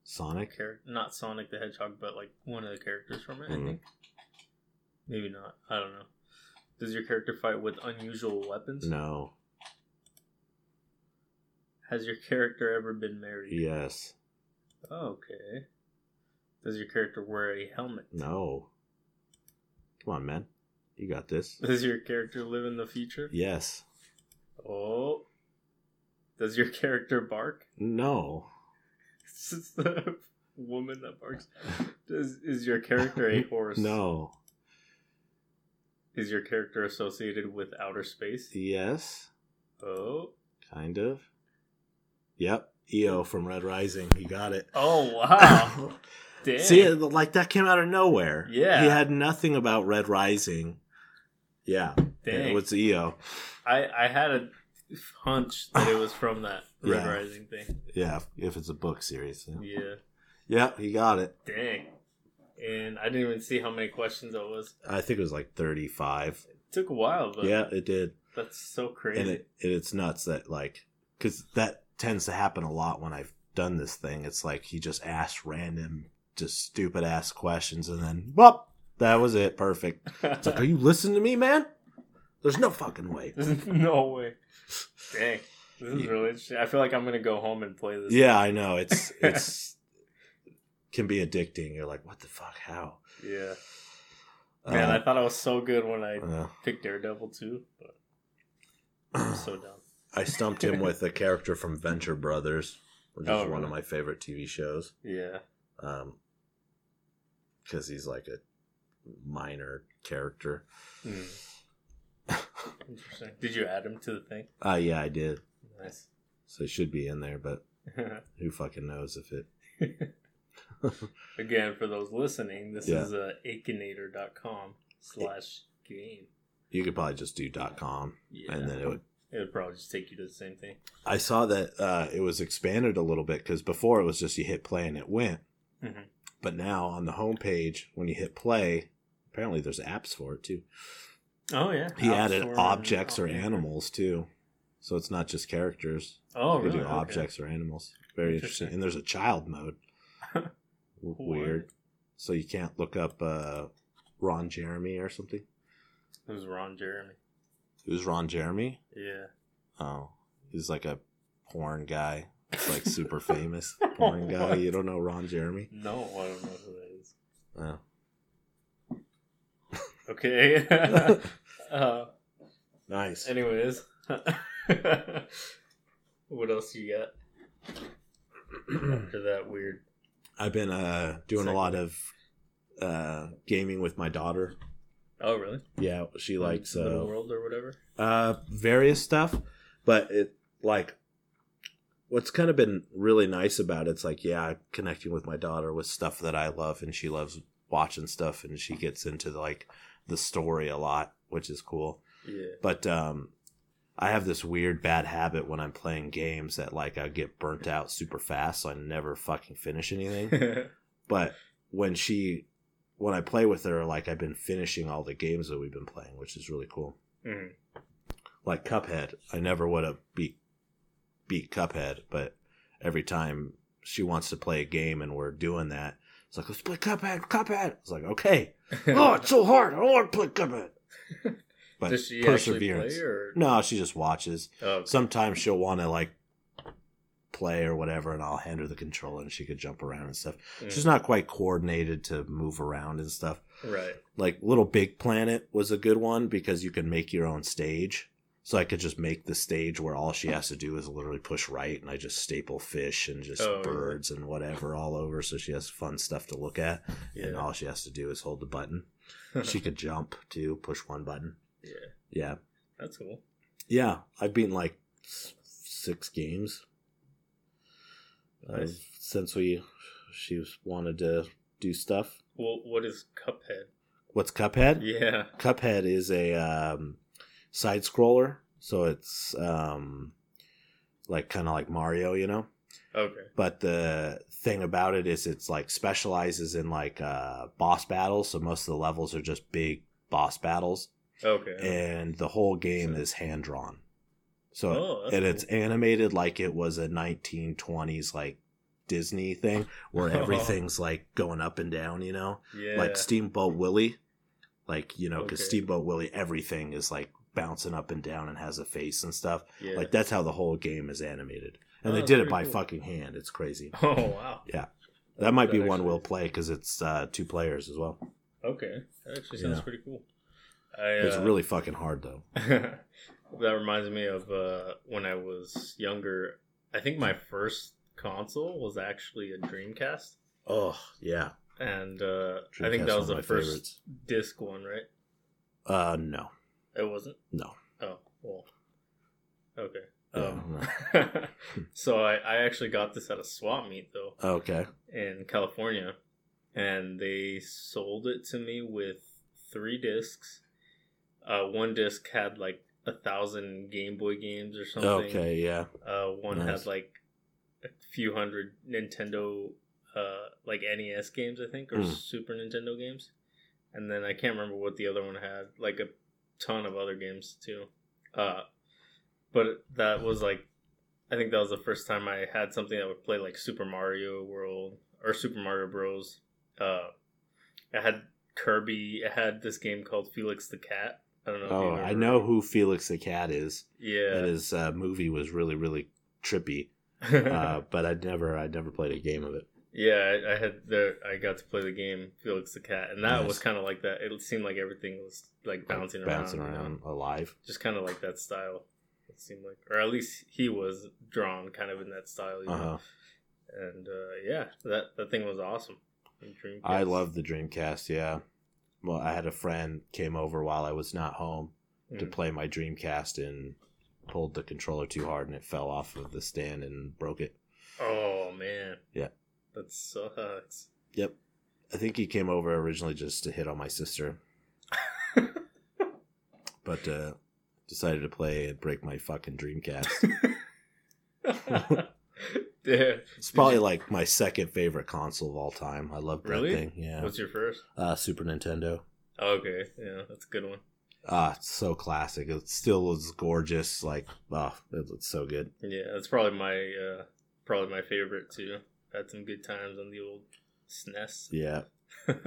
Sonic.
character, not Sonic the Hedgehog, but like one of the characters from it.
Mhm.
I think maybe not. I don't know. Does your character fight with unusual weapons?
No.
Has your character ever been married?
Yes.
Okay. Does your character wear a helmet?
No. Come on, man. You got this.
Does your character live in the future?
Yes.
Oh. Does your character bark?
No.
It's just the woman that barks. Does is your character a horse?
No.
Is your character associated with outer space?
Yes.
Oh.
Kind of. Yep. EO from Red Rising. He got it.
Oh wow. Damn.
See, it- like that came out of nowhere.
Yeah.
He had nothing about Red Rising. Yeah. E
Dang.
What's EO?
I I had a hunch that it was from that Red
Yeah.
Rising thing.
Yeah. If it's a book series. Yeah.
Yeah.
Yep. He got it.
Dang. And I didn't even see how many questions that was.
I think it was like 35.
It took a while, but
yeah, it did.
that's so
and
crazy.
it, and it's nuts that like because that tends to happen a lot when i've done this thing it's like he just asks random just stupid ass questions and then whoop that was it perfect it's like are you listening to me man there's no fucking way
There's no way. Dang. This is
Yeah.
really interesting. I feel like I'm gonna go home and play this.
yeah i know it's it's can be addicting you're like what the fuck how
Yeah. Man, I
Uh,
thought I was so good when I
uh,
picked Daredevil too, but I'm so dumb.
i stumped him with a character from venture brothers which is
Oh,
one of
really?
my favorite tv shows
Yeah.
um because he's like a minor character
Hmm. Interesting. Did you add him to the thing?
uh yeah i did
Nice.
so it should be in there but who fucking knows if it
Again, for those listening, this
Yeah.
is uh, akinator.com slash game.
you could probably just do dot com
Yeah.
and then it would
it would probably just take you to the same thing.
i saw that uh it was expanded a little bit because before it was just you hit play and it went
Mhm.
but now on the home page when you hit play apparently there's apps for it too
Oh, yeah.
he
App
added
Store and-
objects or
oh, yeah.
animals too so it's not just characters
Oh,
you
really?
do
Okay.
objects or animals very interesting.
Interesting.
and there's a child mode W-
What?
weird so you can't look up uh ron jeremy or something
It was Ron Jeremy.
who's ron jeremy
Yeah.
Oh, he's like a porn guy. He's like super famous porn guy. You don't know Ron Jeremy?
No, I don't know who that is.
Oh.
Okay. uh,
nice.
anyways, what else you got after that weird?
I've been uh, doing a lot of uh, gaming with my daughter.
Oh, really?
Yeah, she likes
Little
uh,
World or whatever.
uh, various stuff, but it like what's kind of been really nice about it's like yeah, connecting with my daughter with stuff that I love and she loves watching stuff and she gets into like the story a lot, which is cool.
Yeah.
but um i have this weird bad habit when i'm playing games that like i get burnt out super fast so i never fucking finish anything but when she when i play with her like i've been finishing all the games that we've been playing which is really cool
Mhm.
like cuphead i never would have beat beat cuphead but every time she wants to play a game and we're doing that it's like let's play cuphead cuphead it's like okay oh it's so hard i don't want to play cuphead but
Does she
perseverance
perseverance. Play or...
no, she just watches.
Oh,
Sometimes she'll want to like play or whatever, and I'll hand her the controller and she could jump around and stuff.
mm,
She's not quite coordinated to move around and stuff.
right.
Like Little Big Planet was a good one because you can make your own stage. So I could just make the stage where all she has to do is literally push right, and I just staple fish and just
Oh, yeah.
birds and whatever all over, so she has fun stuff to look at, and uh,
Yeah.
all she has to do is hold the button. she could jump too, push one button.
yeah.
Yeah,
That's cool.
yeah. I've beaten like s- six games uh,
Nice.
since we she was, wanted to do stuff.
Well, what is Cuphead?
What's Cuphead?
Yeah.
Cuphead is a um, side scroller, so it's um, like kind of like Mario, you know.
Okay.
But the thing about it is, it's like specializes in like uh, boss battles. So most of the levels are just big boss battles,
Okay.
and the whole game is hand drawn. So
Oh, that's
and it's
cool.
animated like it was a 1920s like Disney thing where
Oh.
everything's like going up and down, you know
yeah.
like Steamboat Willie, like you know, because
Okay.
Steamboat Willie, everything is like bouncing up and down and has a face and stuff.
yeah.
Like that's how the whole game is animated, and
Oh,
they
that's
did it
pretty
by
cool.
fucking hand. It's crazy.
Oh wow.
Yeah. That might be one
actually-
we'll play because it's uh, two players as well.
Okay. That actually sounds
Yeah.
pretty cool. I,
It's
uh,
really fucking hard though.
that reminds me of uh, when I was younger. I think my first console was actually a Dreamcast,
Oh yeah,
and uh, I
Dreamcast
think that
one
was
of
the
my
first
favorites.
disc one, right?
Uh, no,
It wasn't.
no.
Oh well. Okay.
Yeah,
Um, so I, I actually got this at a swap meet though
Okay.
in California, and they sold it to me with three discs. Uh, one disc had like a thousand Game Boy games or something.
Okay. Yeah.
Uh, one
Nice.
had like a few hundred Nintendo, uh, like NES games, I think, or
Mm.
Super Nintendo games. And then I can't remember what the other one had, like a ton of other games too. Uh, but that was like, I think that was the first time I had something that would play like Super Mario World or Super Mario Bros. Uh, it had Kirby. It had this game called Felix the Cat. I don't know.
Oh,
you've
I
ever-
know who Felix the Cat is. And
Yeah.
his uh, movie was really, really trippy. uh, but I never, I never played a game of it.
Yeah, I, I had there. I got to play the game Felix the Cat, and that
Nice.
was kind of like that. It seemed like everything was like bouncing,
bouncing
around, you know?
around alive.
just kind of like that style. It seemed like, or at least he was drawn kind of in that style. You
Uh huh.
know? And uh, yeah, that that thing was awesome. And Dreamcast.
I love the Dreamcast. Yeah. Well, I had a friend came over while I was not home to
Mm.
play my Dreamcast and pulled the controller too hard and it fell off of the stand and broke it.
Oh man.
Yeah.
That sucks.
Yep. I think he came over originally just to hit on my sister, but uh, decided to play and break my fucking Dreamcast.
Dude,
it's probably like my second favorite console of all time. I love that
Really?
thing. Yeah.
what's your first?
uh, Super Nintendo.
Okay, yeah, that's a good one.
Ah, it's so classic. It still is gorgeous. Like, oh, it looks so good.
Yeah, that's probably my uh probably my favorite too. Had some good times on the old E SNES.
Yeah,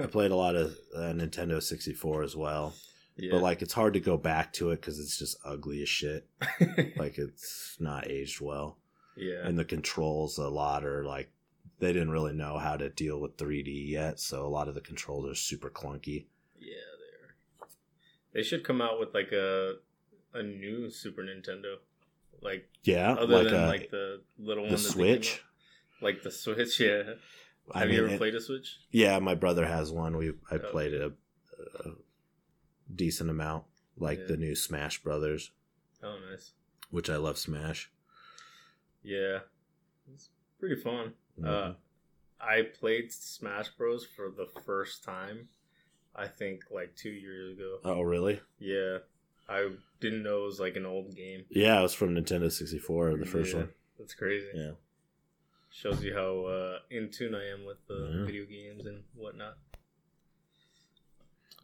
I played a lot of uh, Nintendo 64 as well,
yeah.
but like, it's hard to go back to it because it's just ugly as shit. Like, it's not aged well,
yeah.
and the controls a lot are like they didn't really know how to deal with 3D yet, so a lot of the controls are super clunky.
Yeah, they are. They should come out with like a a new Super Nintendo. Like
Yeah,
other
like
than
uh,
like the little
the
one that they came
Switch?
out- Like the Switch, yeah.
I
Have
mean,
you ever
it-
played a Switch?
Yeah, my brother has one. We I
Oh.
played it a, a decent amount, like
Yeah.
the new Smash Brothers,
Oh nice.
which I love Smash.
Yeah. It's pretty fun. Uh,
Mhm.
I played Smash Bros for the first time I think like 2 years ago.
oh, really?
Yeah, I didn't know it was like an old game.
Yeah, it was from Nintendo 64, the first
Yeah,
one.
That's crazy.
Yeah.
Shows you how uh, in tune I am with the
Yeah.
video games and whatnot.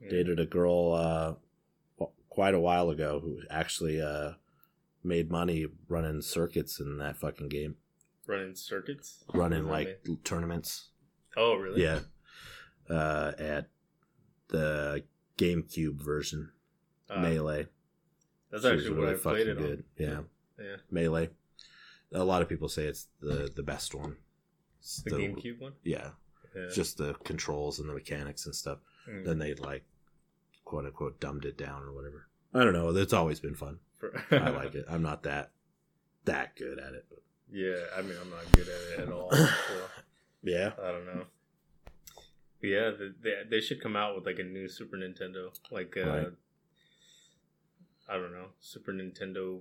Yeah.
Dated a girl uh, w- quite a while ago who actually uh, made money running circuits in that fucking game,
running circuits,
running
Really?
like tournaments.
oh really?
Yeah, uh, at the GameCube version,
Uh,
Melee.
That's
She was
actually what I played it on.
Yeah.
Yeah,
Melee. A lot of people say it's the the best one. It's
the GameCube one.
Yeah,
Yeah.
it's just the controls and the mechanics and stuff.
Mm.
Then they like quote unquote dumbed it down or whatever. I don't know. It's always been fun.
For-
I like it. I'm not that that good at it.
Yeah, I mean, I'm not good at it at all. so
Yeah.
I don't know. But yeah, th- they, they should come out with like a new Super Nintendo, like uh,
Right.
I don't know, Super Nintendo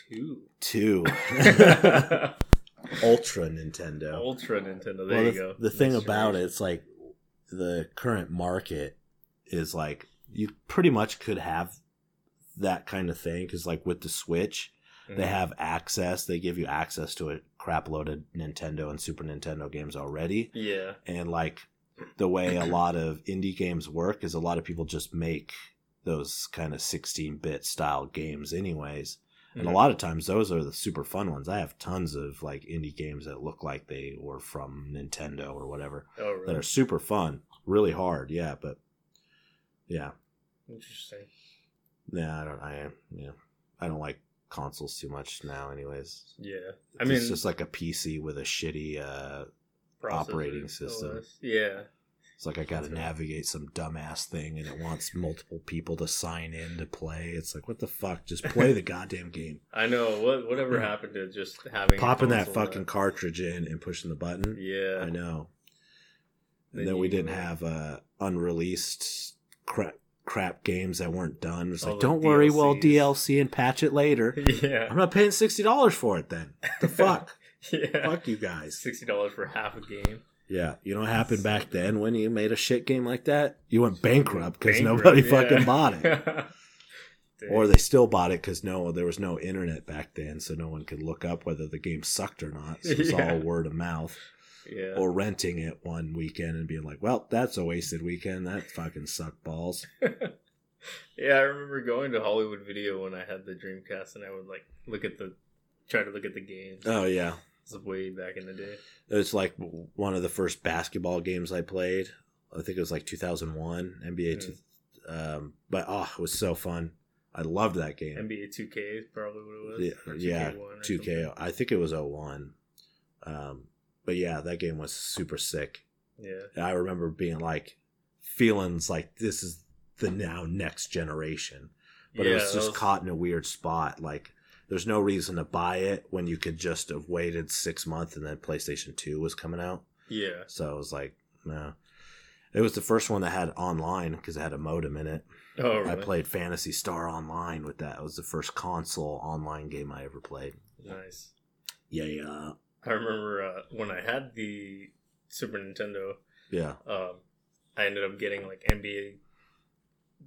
Two,
Two.
Ultra
Ultra Nintendo.
Nintendo. There
well,
you
the,
go.
the thing
Next
about it,
generation.
it's like the current market is like you pretty much could have that kind of thing because, like, with the Switch, they
Mhm.
have access. They give you access to a crap load of Nintendo and Super Nintendo games already,
Mm-hmm. yeah,
and like the way a lot of indie games work is a lot of people just make those kind of 16-bit style games anyways and a
Mhm.
lot of times those are the super fun ones. I have tons of like indie games that look like they were from Nintendo or whatever
Oh,
that
really?
are super fun, really hard. Yeah, but yeah,
Interesting.
yeah, I don't, I yeah, I don't like consoles too much now. Anyways,
Yeah, I mean,
it's just like a PC with a shitty. uh
processor,
operating system.
OS. Yeah,
It's like I got to
That's right.
navigate some dumbass thing, and it wants multiple people to sign in to play. It's like what the fuck? Just play the goddamn game.
I know. What whatever happened to just having a
Popping that
console
fucking cartridge in and pushing the button.
yeah,
I know.
Then
And then we
you-
didn't have uh, unreleased crap crap games that weren't done. It's
All
like,
the
don't worry, we'll
DLCs.
DLC and patch it later. I'm
yeah,
not paying sixty dollars for it then. The fuck,
yeah.
fuck you guys.
Sixty dollars for half a game.
Yeah, you know what happened back then when you made a shit game like that? You went bankrupt because
Bankrupt,
nobody
yeah.
fucking bought it,
Dang.
or they still bought it because no, there was no internet back then, so no one could look up whether the game sucked or not. So it's
Yeah.
all word of mouth.
yeah.
or renting it one weekend and being like, "Well, that's a wasted weekend. That fucking sucked balls."
yeah, I remember going to Hollywood Video when I had the Dreamcast, and I would like look at the try to look at the games.
Oh yeah,
This is way back in the day.
it was like one of the first basketball games I played. I think it was like 2001
Mm.
NBA. Two, um, but oh, it was so fun. I loved that game.
NBA Two K is probably what it was.
Yeah,
or
yeah,
2K1 or
2K.
something.
I think it was 01. Um, but yeah, that game was super sick.
Yeah,
And I remember being like, feelings like this is the now next generation. but
yeah,
it was
that
just caught in a weird spot. Like, there's no reason to buy it when you could just have waited six months and then PlayStation Two was coming out.
Yeah,
So I was like, no. It was the first one that had online because it had a modem in it.
oh really?
I played Fantasy Star Online with that. It was the first console online game I ever played.
Nice.
Yeah, yeah,
I remember uh, when I had the Super Nintendo.
yeah.
Um, I ended up getting like NBA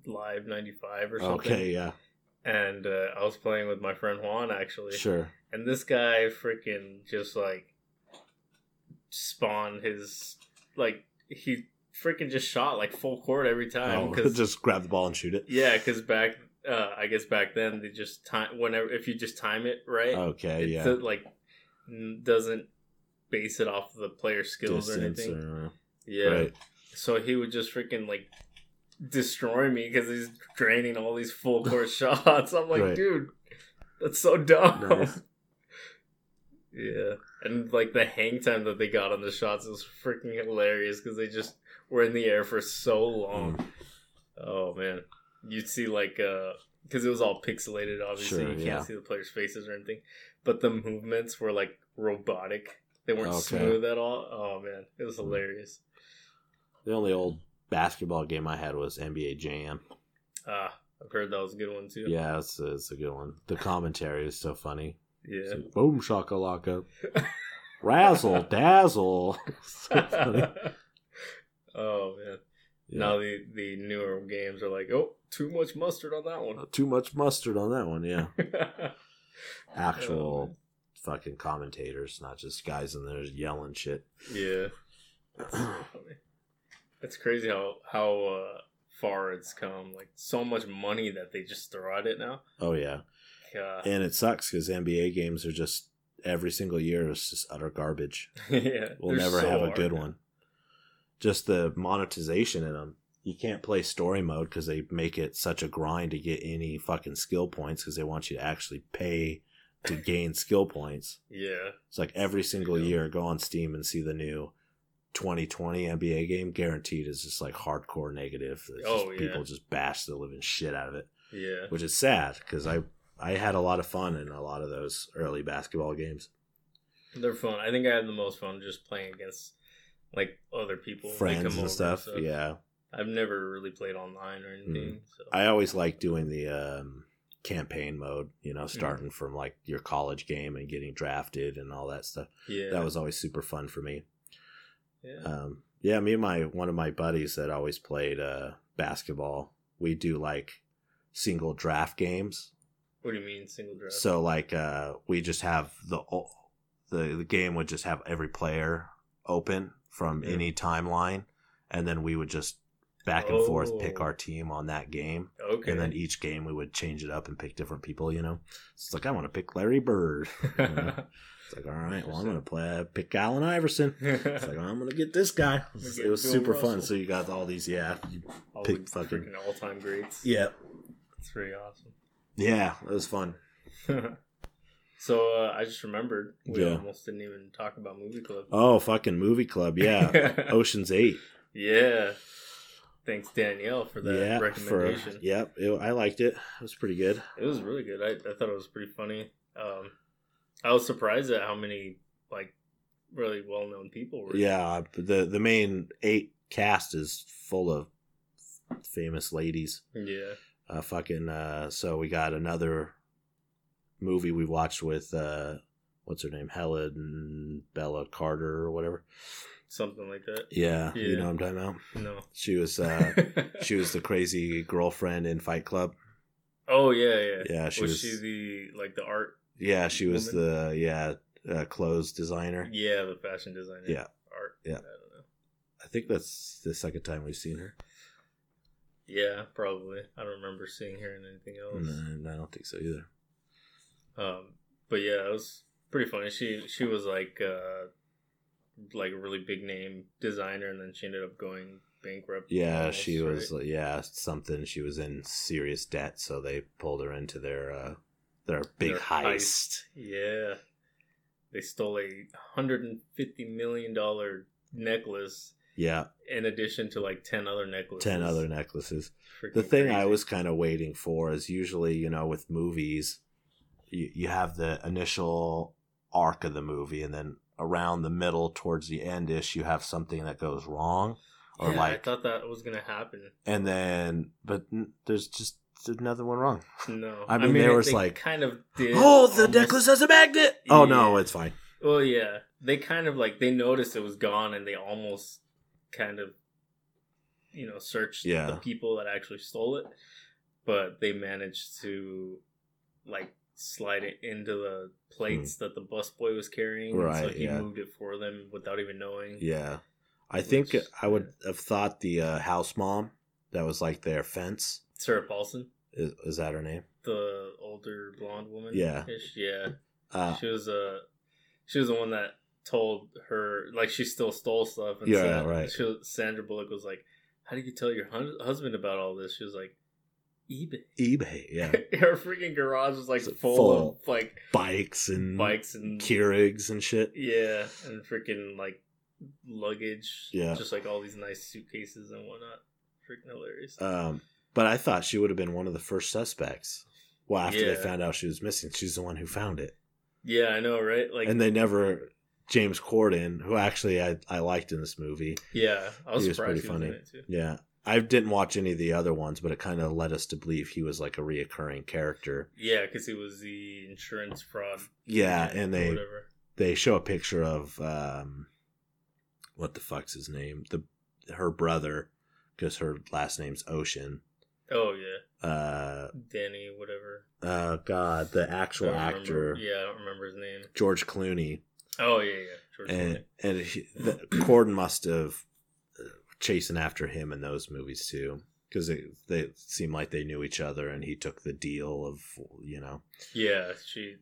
Live '95 or something.
Okay, yeah,
and uh, I was playing with my friend Juan actually,
sure.
and this guy freaking just like spawned his like he freaking just shot like full court every time
Oh,
because
just grab the ball and shoot it.
yeah because back uh, I guess back then they just time whenever if you just time it right
Okay,
it
Oh, yeah.
do- like n- doesn't base it off of the player skills or
Distance
anything
or- uh,
yeah
right.
so he would just freaking like destroy me because he's draining all these full court shots. I'm like,
Right.
dude, that's so dumb.
Nice.
yeah, and like the hang time that they got on the shots was freaking hilarious because they just were in the air for so long.
Mm.
Oh man, you'd see like uh. Because it was all pixelated, obviously
Sure,
you can't
yeah.
see the players' faces or anything, but the movements were like robotic. They weren't
Okay.
smooth at all. Oh man, it was
Mm.
hilarious.
The only old basketball game I had was NBA Jam.
Ah, I've heard that was a good one too.
Yeah, it's, it's a good one. The commentary is so funny. It's
Yeah.
like, Boom shakalaka. Razzle dazzle. so funny.
oh man.
Yeah.
Now the the newer games are like, oh, too much mustard on that one. Oh,
Too much mustard on that one, yeah. Actual fucking commentators, not just guys in there yelling shit.
yeah. It's crazy how how uh, far it's come. Like so much money that they just throw at it now.
oh, yeah.
God.
And it sucks because NBA games are just, every single year is just utter garbage.
yeah.
We'll
they're
never
so
have a
hard
good
now.
one. Just the monetization in them. You can't play story mode because they make it such a grind to get any fucking skill points because they want you to actually pay to gain skill points.
Yeah.
It's like every single
Yeah.
year, go on Steam and see the new 2020 NBA game. Guaranteed is just like hardcore negative. It's
Oh,
just
yeah.
People just bash the living shit out of it.
Yeah.
which is sad because I I had a lot of fun in a lot of those early basketball games.
They're fun. I think I had the most fun just playing against like other people, They come
Friends
over
and stuff. Yeah,
I've never really played online or anything. So
Hmm. I always like doing the um, campaign mode. You
Mm.
know, starting from like your college game and getting drafted and all that stuff.
yeah,
That was always super fun for me.
yeah.
Um, yeah, me and my one of my buddies that always played uh, basketball. We do like single draft games
What do you mean single draft?
So like uh we just have the the the game would just have every player open from
Yeah.
any timeline and then we would just back and forth pick
Oh.
our team on that game
okay.
and then each game we would change it up and pick different people, you know. It's like I want to pick Larry Bird. It's like all right, well I'm going to play pick Allen Iverson. It's like I'm going to get this guy.
We get
It was
Bill
super fun.
Russell.
So you got all these yeah. you-
all
pick
the
fucking-
freaking all time greats.
Yeah.
it's pretty awesome.
Yeah, it was fun.
so uh, I just remembered we
Yeah.
almost didn't even talk about movie club.
Oh, fucking movie club. Yeah. Oh. Ocean's 8.
yeah. Thanks Danielle for that recommendation.
For, uh, yep, it, I liked it. It was pretty good.
It was really good. I, I thought it was pretty funny. Um, I was surprised at how many like really well known people were.
Yeah, the the main eight cast is full of famous ladies.
yeah,
Uh, fucking. Uh, so we got another movie we watched with uh, what's her name, Helen Bella Carter or whatever.
something like that.
Yeah, you
Yeah.
know what I'm talking about.
No.
She was uh, she was the crazy girlfriend in Fight Club.
oh yeah, yeah.
Yeah, she
was,
was.
she the like the art?
yeah, she was
woman?
the yeah uh, clothes designer.
Yeah, the fashion designer.
Yeah.
art.
Yeah.
I don't know.
I think that's the second time we've seen her.
Yeah, probably. I don't remember seeing her in anything else.
No, I don't think so either.
Um, but yeah, it was pretty funny. She she was like uh, like a really big name designer, and then she ended up going bankrupt.
Yeah,
almost,
she was
right?
like yeah something. She was in serious debt, so they pulled her into their uh, their big
Their
heist.
heist. Yeah, they stole a hundred and fifty million dollar necklace
Yeah,
in addition to like ten other necklaces.
ten other necklaces.
Freaking
The thing I
crazy.
was kind of waiting for is usually you know with movies, you you have the initial arc of the movie, and then around the middle towards the end ish, you have something that goes wrong, or
Yeah, I
like,
thought that was gonna happen.
and then but n- there's just another one wrong.
No,
I mean, there was,
they
like,
kind of did.
oh, the
almost-
necklace has a magnet. Oh no,
Yeah.
it's fine.
Well, yeah, they kind of like they noticed it was gone, and they almost kind of, you know, searched
Yeah.
the people that actually stole it, but they managed to like slide it into the plates that the busboy was carrying, and
Hmm. Right,
So he
yeah.
moved it for them without even knowing.
Yeah. I think
Which-
I would have thought the uh, house mom that was like their fence.
Sarah Paulson,
Is, is that her name?
the older blonde woman.
Yeah.
yeah.
Uh,
she was uh she was the one that told her like she still stole stuff and
Yeah,
Sandra,
right.
she was- Sandra Bullock was like how did you tell your hun- husband about all this she was like eBay
eBay. Yeah.
her freaking garage was like
So
full,
full.
of like
Bikes and
bikes and
Keurigs and shit.
yeah and freaking like luggage
Yeah.
just like all these nice suitcases and whatnot freaking hilarious
Um, but I thought she would have been one of the first suspects. Well, after they
Yeah.
found out she was missing, she's the one who found it.
yeah I know right like
and they never. James Corden, who actually I, I liked in this movie.
yeah I was,
he was
surprised
pretty
he was in
funny.
it too
Yeah. I didn't watch any of the other ones, but it kind of led us to believe he was like a reoccurring character.
yeah because he was the insurance fraud
Yeah.
agent
And
or
they
whatever.
they show a picture of um, what the fuck's his name? The her brother, because her last name's Ocean.
oh yeah
Uh,
Danny, whatever.
uh, God, the actual
I don't
actor
remember- Yeah, I don't remember his name.
George Clooney,
Oh yeah, yeah. George
and
Clooney.
and he, the, Corden must have uh, chasing after him in those movies too, because they they seem like they knew each other, and he took the deal of you know
Yeah, she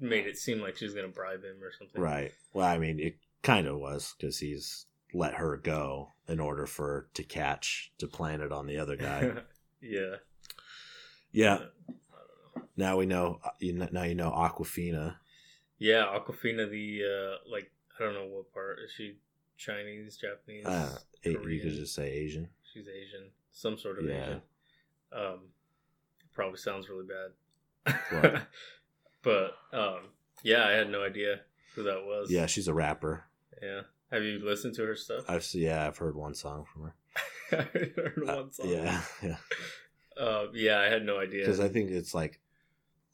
made it seem like she was gonna bribe him or something.
right. Well, I mean, it kind of was because he's let her go in order for to catch to plant it on the other guy.
yeah.
Yeah,
I don't know.
now we know. uh, You kn- now you know Aquafina.
Yeah, Aquafina, the uh, like I don't know what part is she Chinese, Japanese?
Uh, A- you
Korean.
could just say Asian.
She's Asian, some sort of
Yeah.
Asian. Um, probably sounds really bad. but um, yeah, I had no idea who that was.
Yeah, she's a rapper.
Yeah. Have you listened to her stuff?
I've s- yeah, I've heard one song from her.
I heard
Uh,
one song.
Yeah, yeah.
Uh, yeah, I had no idea.
Because I think it's like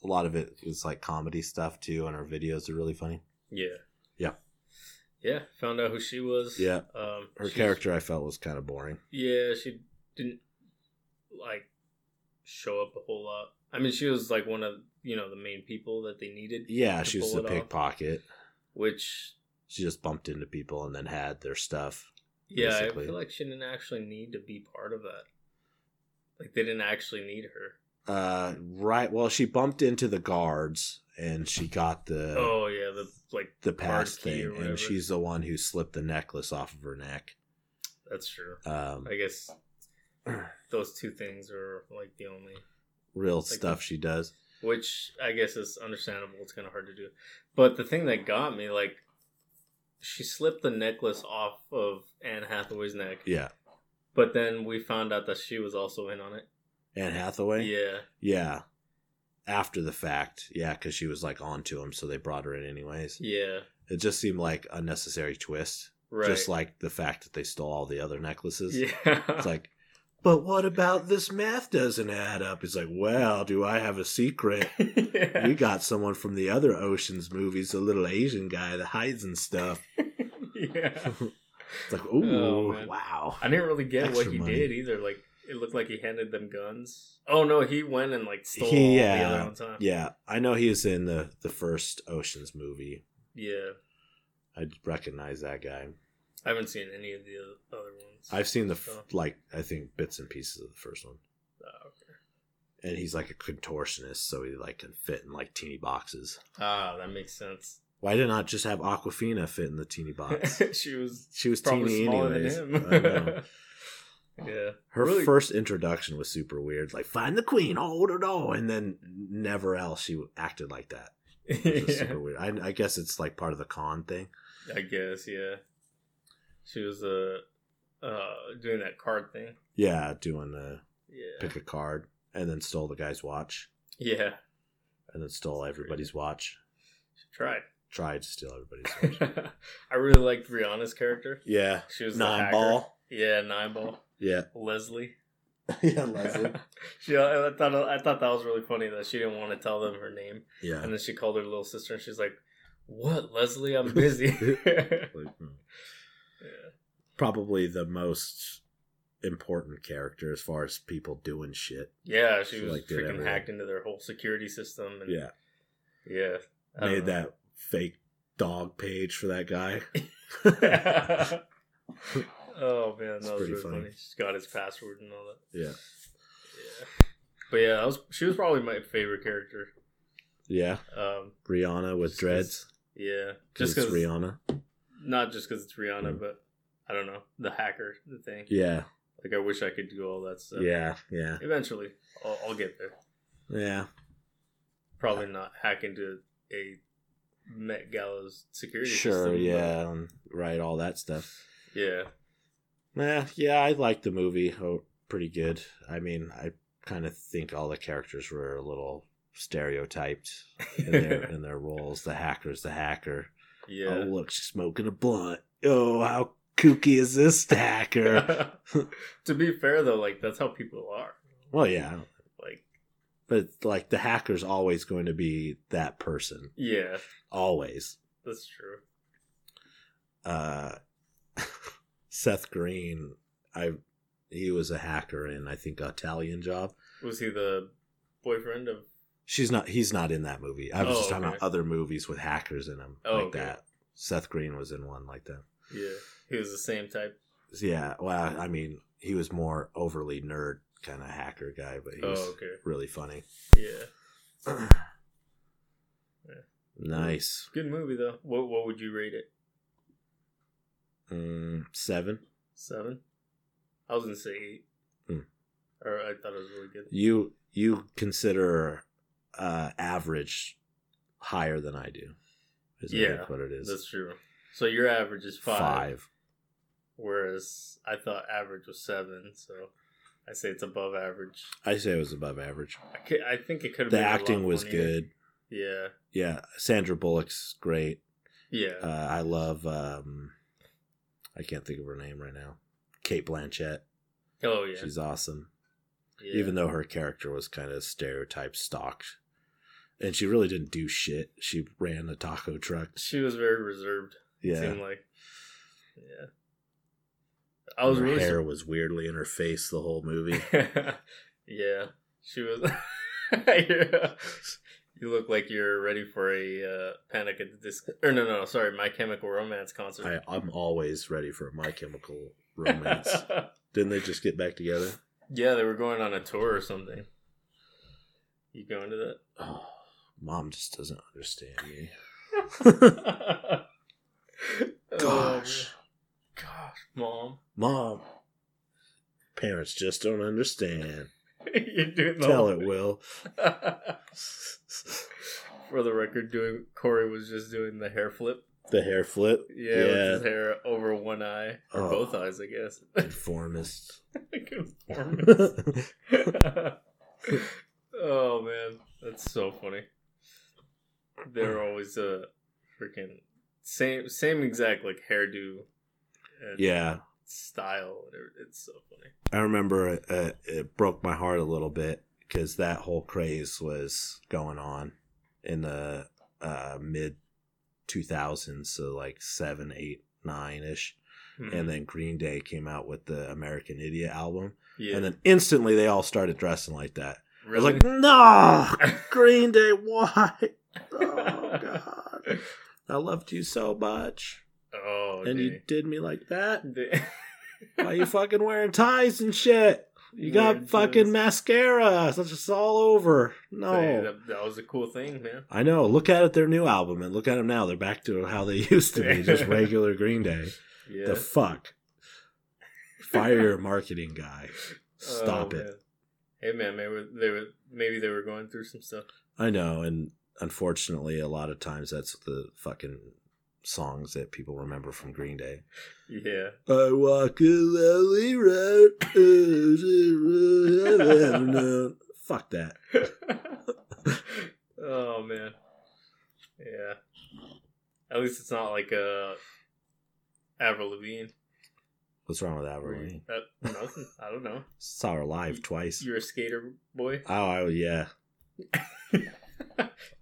a lot of it is like comedy stuff too, and her videos are really funny.
Yeah.
Yeah.
Yeah. Found out who she was.
Yeah.
Um,
Her
she's-
character I felt was kind of boring.
Yeah, she didn't like show up a whole lot. I mean, she was like one of you know the main people that they needed,
Yeah,
To
she was
pull
a
it off.
pickpocket.
which
She just bumped into people and then had their stuff.
yeah,
Basically.
I feel like she didn't actually need to be part of that. Like they didn't actually need her.
Uh, right. Well, she bumped into the guards and she got the
oh yeah, the like
the
card
past
key or
thing,
whatever.
and she's the one who slipped the necklace off of her neck.
that's true.
Um,
I guess those two things are like the only
real stuff she does.
which I guess is understandable. It's kind of hard to do. But the thing that got me, like, she slipped the necklace off of Anne Hathaway's neck,
Yeah,
but then we found out that she was also in on it.
Anne Hathaway.
Yeah,
Yeah. After the fact, yeah, because she was like onto him, so they brought her in anyways.
yeah,
It just seemed like unnecessary twist,
right.
just like the fact that they stole all the other necklaces.
yeah,
It's like, but what about this math doesn't add up? It's like, well, do I have a secret?
Yeah.
We got someone from the other Ocean's movies, a little Asian guy that hides and stuff.
yeah.
It's like, ooh,
Oh, man.
wow.
I didn't really get what
Extra
he
money.
did either. Like, it looked like he handed them guns. Oh no, he went and like stole
He-
all
yeah,
the other one time.
Yeah, I know he was in the the first Ocean's movie.
yeah.
I recognize that guy.
I haven't seen any of the oth- other ones.
I've seen the
So-
f like I think bits and pieces of the first one,
Oh, okay.
and he's like a contortionist, so he like can fit in like teeny boxes.
Ah, that makes sense.
Why did not just have Aquafina fit in the teeny box?
she was
She was
probably
teeny
smaller
anyways.
than him.
I know. Oh,
yeah,
Her
Really-
first introduction was super weird. Like find the queen, hold her all, and then never else she acted like that. It was
yeah.
super weird. I, I guess it's like part of the con thing.
I guess yeah. She was uh, uh doing that card thing.
Yeah, doing the
Yeah,
pick a card and then stole the guy's watch
yeah.
and then stole everybody's watch.
She tried.
Tried to steal everybody's watch.
I really liked Rihanna's character.
yeah,
She was the
nine
hacker.
ball.
Yeah, nine ball.
Yeah,
Leslie.
yeah,
she, I thought I thought that was really funny that she didn't want to tell them her name,
yeah.
and then she called her little sister, and she's like, "What, Leslie? I'm busy." yeah.
Like, hmm. Probably the most important character as far as people doing shit.
Yeah, she,
She,
was
like, did
freaking
everything.
hacked into their whole security system. And,
Yeah,
yeah. I
made
don't know.
that fake dog page for that guy.
oh man, that was
pretty
really funny.
funny.
She got his password and all that.
Yeah.
Yeah. But yeah, that was she was probably my favorite character.
Yeah,
Um,
Rihanna with
Just 'cause-
dreads.
yeah, just
Just
because
it's Rihanna.
not just because it's Rihanna,
Mm.
but I don't know the hacker, the thing.
Yeah,
Like I wish I could do all that stuff.
yeah, yeah,
Eventually, I'll, I'll get there.
yeah.
Probably not hack into a Met Gallows security.
Sure,
system, but-
yeah, um, right. All that stuff.
yeah.
Eh, yeah, I liked the movie oh, pretty good. I mean, I kind of think all the characters were a little stereotyped in their in their roles. The hacker's the hacker. Oh,
yeah.
look, she's smoking a blunt. Oh, how kooky is this hacker?
to be fair though, like that's how people are.
well, yeah,
Like
but like the hacker's always going to be that person,
yeah,
always.
that's true.
Uh, Seth Green, I he was a hacker in I think Italian Job.
Was he the boyfriend of
She's not. He's not in that movie. I was
Oh,
just talking
okay.
about other movies with hackers in them,
Oh,
like
okay.
that. Seth Green was in one like that.
Yeah. He was the same type.
So, yeah. Well, I mean, he was more overly nerd kind of hacker guy, but he was
Oh, okay.
really funny.
Yeah.
nice.
Good movie though. What what would you rate it?
Mm, seven.
Seven? I was gonna say eight.
Hmm.
Or I thought it was really good.
You you consider uh, average higher than I do? Is I think
Yeah,
what it is.
That's true. So your average is five,
Five.
Whereas I thought average was seven, so I say it's above average.
I say it was above average.
I, could, I think it could have
The acting was good.
Yeah.
Yeah, Sandra Bullock's great.
Yeah.
Uh, I love. um I can't think of her name right now. Kate Blanchett.
oh yeah.
She's awesome.
yeah.
Even though her character was kind of stereotype stalked, and she really didn't do shit. She ran a taco truck.
she was very reserved. It
Yeah,
seemed like. Yeah. I was
her
really.
hair was weirdly in her face the whole movie.
sur- yeah. She was. yeah. You look like you're ready for a uh, Panic at the Disco. Or no, no, sorry, My Chemical Romance concert.
I, I'm always ready for My Chemical Romance. Didn't they just get back together?
yeah, they were going on a tour or something. You going to that?
Oh, mom just doesn't understand me.
Oh,
Gosh.
man. gosh, mom,
Mom, parents just don't understand.
you're doing the
Tell
whole
it, Will.
thing. For the record, doing Corey was just doing the hair flip.
The hair flip.
Yeah, with
Yeah.
his hair over one eye or
Oh.
both eyes, I guess.
Conformist.
Conformist. oh man, that's so funny. They're always uh, freaking same same exact like hairdo. And
yeah.
style. and everything. It's so funny.
I remember uh, it broke my heart a little bit because that whole craze was going on in the uh, mid 2000s, so like 7, 8, 9 ish.
Hmm. Mm-hmm.
And then Green Day came out with the American Idiot album.
yeah,
And then instantly they all started dressing like that. I
really?
was like, no, Green Day, why? Oh, God. I loved you so much.
oh,
and you did me like that.
dang.
Why you fucking wearing ties and shit? You got
Wearing
fucking
ties.
mascara. That's just all over. No.
Dang, that, that was a cool thing, man.
I know. Look at it, their new album, and look at them now. They're back to how they used to be, just regular Green Day.
Yeah.
The fuck? Fire your marketing guy. Stop
Oh,
it.
man. Hey man, maybe they were maybe they were going through some stuff.
I know, and unfortunately, a lot of times that's the fucking songs that people remember from Green Day.
Yeah.
I walk a lonely road. I've never known. Fuck that.
oh man. Yeah. At least it's not like uh Avril Lavigne.
What's wrong with Avril Lavigne?
That, nothing. I don't know.
Saw her live twice.
You're a skater boy.
Oh, I, yeah.
Did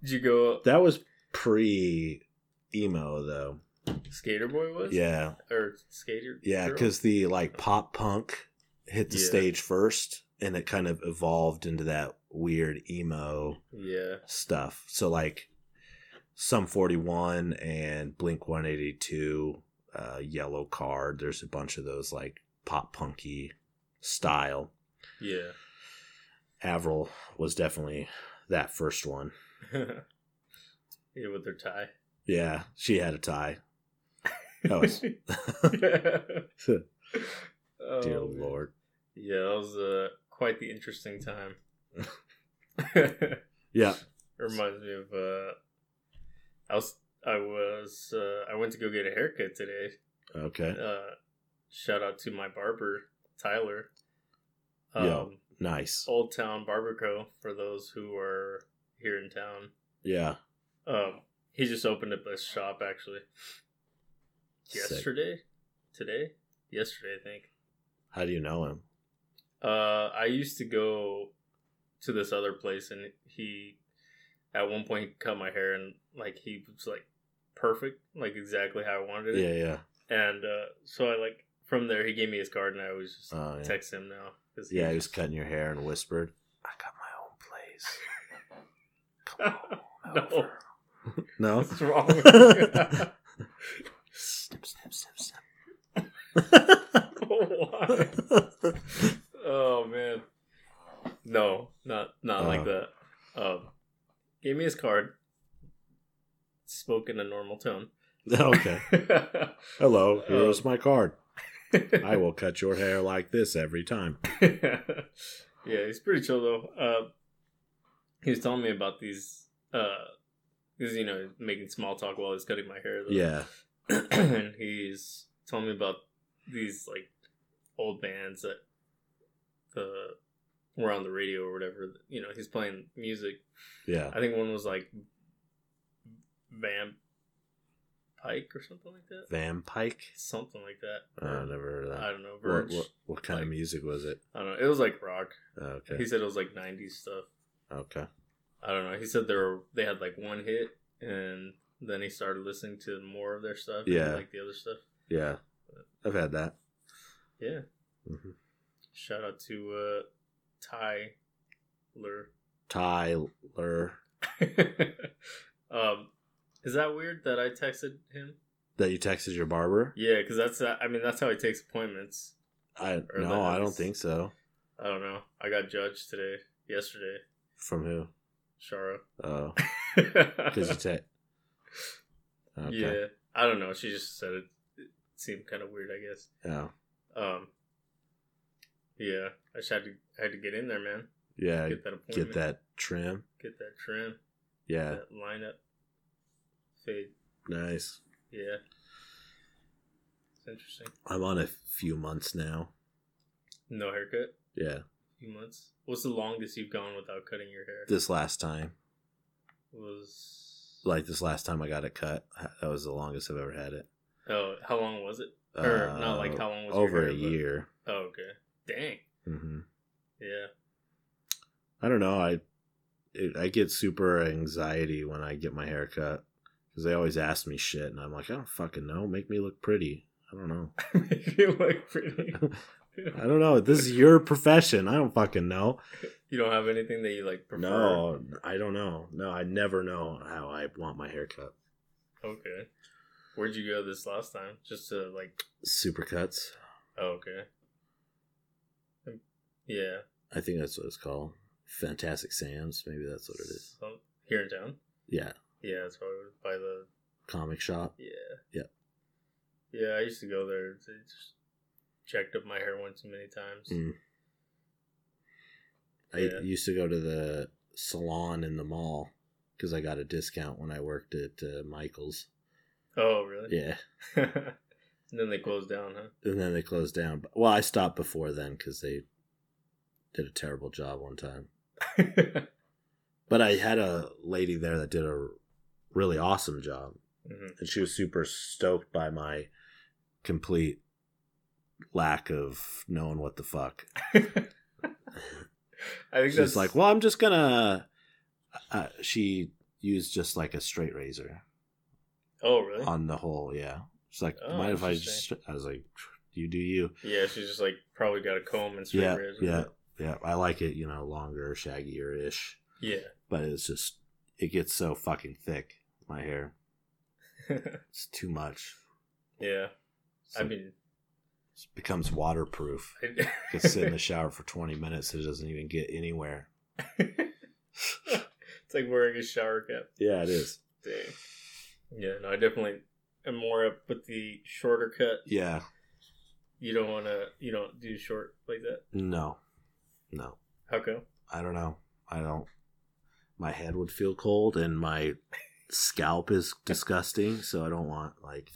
you go
That was pre emo, though.
skater boy was?
Yeah.
Or skater?
Yeah,
girl?
because the like pop punk hit the
Yeah.
stage first and it kind of evolved into that weird emo
yeah,
stuff. So like some 41 and Blink 182, uh, Yellow Card. There's a bunch of those like pop punky style.
yeah.
Avril was definitely that first one.
yeah, with their tie.
Yeah, she had a tie. That was
Oh,
dear
man.
lord.
Yeah, that was uh, quite the interesting time.
Yeah.
Reminds me of uh, I was I was uh, I went to go get a haircut today.
Okay.
Uh, shout out to my barber Tyler. Um,
Yeah. Nice.
Old Town Barber Co. For those who are here in town,
Yeah.
um, he just opened up a shop actually
Sick.
yesterday, today, yesterday I think.
How do you know him?
Uh, I used to go to this other place, and he at one point cut my hair, and like he was like perfect, like exactly how I wanted
Yeah,
it.
yeah.
And uh, so I like from there, he gave me his card, and I always just
Oh, yeah.
text him now. 'cause
Yeah, he was
just-
cutting your hair and whispered, I got my own place. over."
No.
No?
What's wrong with
snip, snip, snip, snip.
you? Why? Oh man. No, not not
Uh.
like that. Um, gave me his card. Spoke in a normal tone.
okay. Hello, here's my card. I
I
will cut your hair like this every time.
yeah, he's pretty chill though. Uh, he was telling me about these, uh, he's you know making small talk while he's cutting my hair. Though.
Yeah.
and he's telling me about these like old bands that the we're on the radio or whatever. You know, he's playing music.
Yeah.
I think one was like Vamp Pike or something like that.
Vampike?
Something like that.
Oh, I never heard of that.
I don't know.
What,
Verge.
what, what kind of
like-
music was it?
I don't know. It was like rock.
Oh,
He
okay.
said it was like '90s stuff.
Okay.
I don't know. He said there were they had like one hit, and then he started listening to more of their stuff. and
Yeah.
like the other stuff.
Yeah. I've had that.
Yeah.
hmm
Shout out to uh, Tyler.
Tyler.
um, is that weird that I texted him?
That you texted your barber?
Yeah, because that's uh, I mean that's how he takes appointments.
I
Or
No, I
that's-
don't think so.
I don't know. I got judged today, yesterday,
From who?
Shara.
Oh, because you
okay.
text. Okay.
Yeah, I don't know. She just said it, it seemed kind of weird. I guess.
Oh.
Um. Yeah, I just had to had to get in there, man.
Yeah.
Get that appointment.
Get that trim.
Get that trim.
Yeah.
That lineup. Fade.
Nice.
Yeah. It's interesting.
I'm on a few months now.
No haircut.
Yeah.
Few months. What's the longest you've gone without cutting your hair?
This last time,
was
like this last time I got it cut, that was the longest I've ever had it.
oh how long was it? Or not like
Uh,
how long was your
over
hair,
a
but-
year.
Oh okay. Dang.
hmm
Yeah.
I don't know. I it, I get super anxiety when I get my hair cut because they always ask me shit, and I'm like, I don't fucking know. Make me look pretty. I don't know.
Make it look pretty.
I don't know. This is your profession. I don't fucking know.
you don't have anything that you like prefer.
No, I don't know. No, I never know how I want my hair cut.
Okay. Where'd you go this last time? Just to like
Super cuts.
oh okay. Um, Yeah.
I think that's what it's called. Fantastic Sam's. Maybe that's what it is.
Some- here in town?
Yeah.
Yeah, that's probably by the
Comic shop.
Yeah.
Yeah.
Yeah, I used to go there. They just checked up my hair one too many times.
Mm. I
Yeah.
used to go to the salon in the mall because I got a discount when I worked at uh, Michael's.
Oh, really?
Yeah.
and then they closed down, huh?
And then they closed down. But- Well, I stopped before then because they did a terrible job one time.
mm-hmm.
But I had a lady there that did a really awesome job. and she was super stoked by my complete lack of knowing what the fuck.
I think that's
She's like, "Well, I'm just gonna." Uh, she used just like a straight razor
Oh, really?
on the whole. Yeah, she's like,
Oh,
"Mind if I just?"
interesting.
I was like, "You do you."
yeah, she's just like probably got a comb and straight
yeah,
razor.
yeah, yeah. I like it, you know, longer, shaggier ish,
yeah.
but it's just it gets so fucking thick. My hair, it's too much.
yeah. I
So
mean,
it becomes waterproof.
I,
could sit in the shower for 20 minutes it doesn't even get anywhere
it's like wearing a shower cap.
yeah it is
Dang. Yeah, no, I definitely am more up with the shorter cut.
yeah
You don't want to, you don't do short like that.
no no
How come?
i don't know i don't my head would feel cold and my scalp is disgusting so i don't want like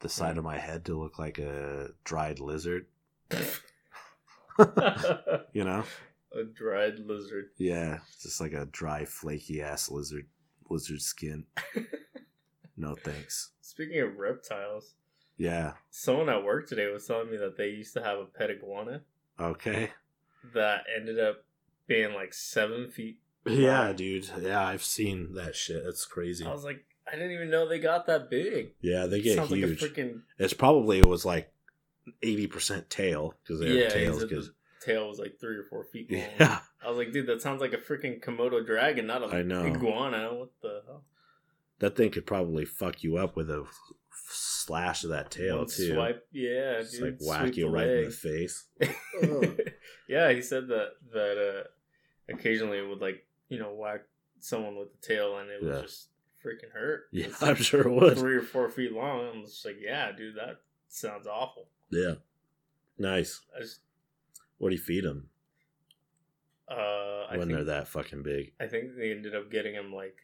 the side of my head to look like a dried lizard you know
a dried lizard.
yeah just like a dry flaky ass lizard lizard skin no thanks
Speaking of reptiles,
yeah
someone at work today was telling me that they used to have a pet iguana
okay
that ended up being like seven feet.
Yeah, dude. Yeah, I've seen that shit. That's crazy.
I was like, I didn't even know they got that big.
Yeah, they get
Sounds
huge.
like a freaking
it's probably it was like eighty percent tail because their
yeah. he
tails.
said
Cause,
the tail was like three or four feet long.
yeah,
I was like, dude, that sounds like a freaking komodo dragon, not a
I know.
iguana. What the hell?
that thing could probably fuck you up with a f- slash of that tail
One
too.
Swipe, yeah,
Just like
dude.
whack
sweep
you
the
right in
leg.
the face.
yeah, he said that that uh, occasionally it would like you know whack someone with the tail, and it would
Yeah.
just freaking hurt.
yeah,
It's
I'm
like
sure it would.
three or four feet long. I'm just like, yeah, dude, that sounds awful.
Yeah, nice.
I just,
What do you feed them
uh, I
when
think,
they're that fucking big?
I think they ended up getting him like,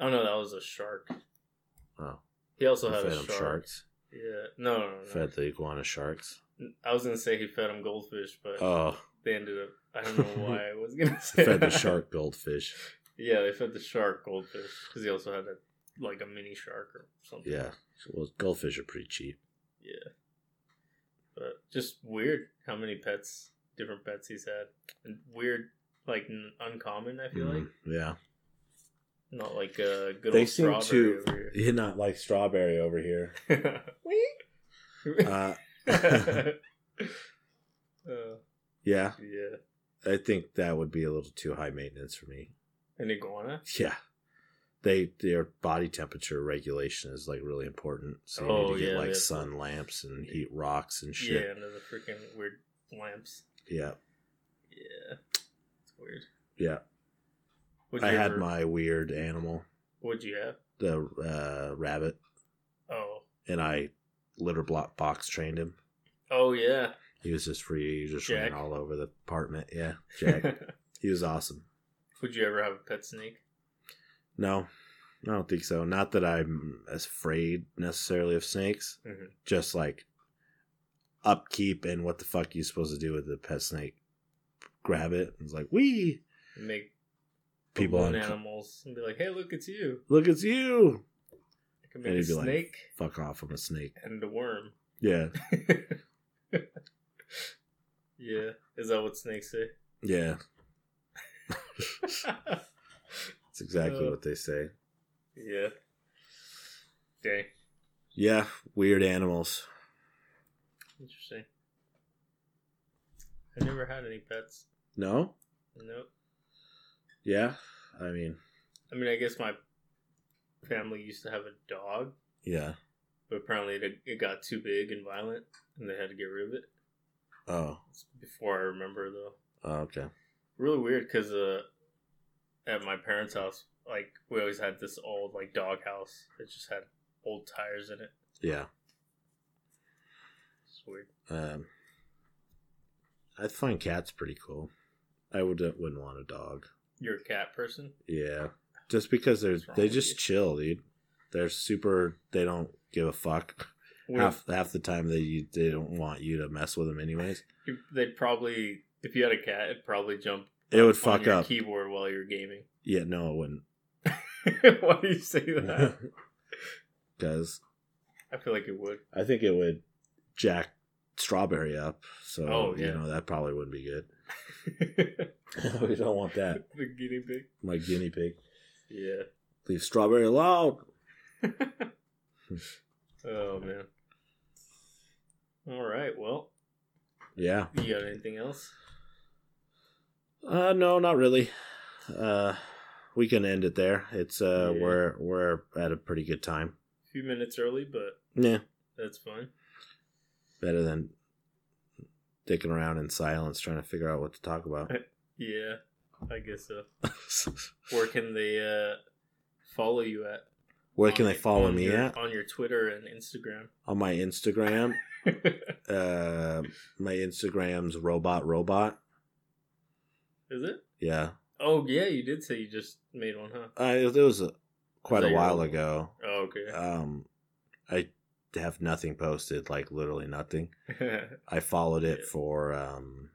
oh no, that was a shark.
Oh,
He also
you
had
Oh. fed
a
'em
shark.
sharks.
Yeah. No, no, no.
Fed the iguana sharks.
I was gonna say he fed him goldfish, but
Oh,
they ended up. I don't know why I was gonna say
fed the
that.
shark goldfish.
Yeah, they fed the shark goldfish because he also had a like a mini shark or something.
Yeah. Well, goldfish are pretty cheap.
but just weird how many pets, different pets he's had, and weird like n- uncommon. I feel like
Mhm. Yeah.
not like a good
They
old
seem
strawberry
to-
over
You're not like strawberry over here.
here.
Uh,
Uh,
yeah.
yeah,
I think that would be a little too high maintenance for me.
an iguana.
Yeah. They their body temperature regulation is like really important. So you
Oh,
need to get
yeah,
like
that's-
sun lamps and heat rocks and
Yeah,
shit.
under the freaking weird lamps.
Yeah.
Yeah, it's weird.
Yeah.
Would
I had
ever-
my weird animal,
What'd you have?
the uh, rabbit,
Oh,
and I litter block box trained him.
oh yeah,
He was just free. He just
Jack.
ran all over the apartment. Yeah, Jack. he was awesome.
Would you ever have a pet snake?
No, I don't think so. Not that I'm as afraid necessarily of snakes.
Mhm.
Just like upkeep and what the fuck you supposed to do with a pet snake? Grab it. It's like we
Make
people
people
on
animals and be like, "Hey, look, it's you."
look. It's you.
I can make
And
a
he'd be like,
snake
Fuck off. I'm a snake.
and a worm.
Yeah,
yeah, is that what snakes say?
yeah. That's exactly
Uh.
what they say.
yeah. Dang,
Yeah, weird animals.
interesting. I never had any pets.
No.
Nope.
Yeah. I mean,
I mean, I guess my family used to have a dog,
yeah.
but apparently it, it got too big and violent, and they had to get rid of it.
Oh.
It's before I remember though.
oh okay.
really weird because uh, at my parents' house, like we always had this old like dog house that just had old tires in it.
Yeah.
It's weird.
Um, I find cats pretty cool. I would wouldn't want a dog.
You're a cat person.
Yeah, just because they're
What's wrong
they
with
just
you?
chill, dude. They're super. They don't give a fuck.
Weird.
Half half the time they you, they don't want you to mess with them, anyways.
You- They'd probably, if you had a cat, it'd probably jump.
It would
on
fuck
your
up.
Keyboard while you're gaming.
Yeah, no, it wouldn't.
Why do you say that?
Because
I feel like it would.
I think it would jack strawberry up. So
Oh,
you
yeah.
know that probably wouldn't be good.
the
we don't want that.
guinea pig.
My guinea pig.
Yeah.
Leave strawberry alone.
Oh man. All right. Well,
Yeah.
you got anything else?
Uh, no, not really. Uh, we can end it there. It's uh,
Yeah.
we're we're at a pretty good time.
A few minutes early, but
Yeah,
that's fine.
better than dicking around in silence trying to figure out what to talk about.
Yeah, I guess so. Where can they uh, follow you at?
Where can
On-
they follow
on
me
your-
at?
On your Twitter and Instagram.
On my Instagram. Uh, my Instagram's robot robot.
Is it?
Yeah,
Oh yeah, you did say you just made one, huh?
I it was uh, quite
that
a
your
while
old-
ago.
Oh okay.
Um, I have nothing posted, like literally nothing. I followed it
Yeah.
for um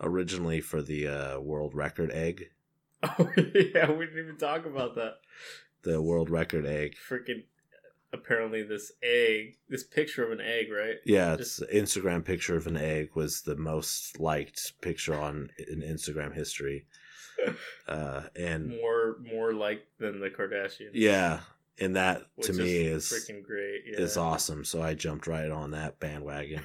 originally for the uh, world record egg.
oh yeah, we didn't even talk about that.
The world record egg.
Freaking apparently this egg, this picture of an egg, right?
Yeah, it's Instagram picture of an egg was the most liked picture on in Instagram history. Uh and
More more like than the Kardashians.
yeah, and that
which
to me is
freaking great. Yeah.
is awesome. So I jumped right on that bandwagon.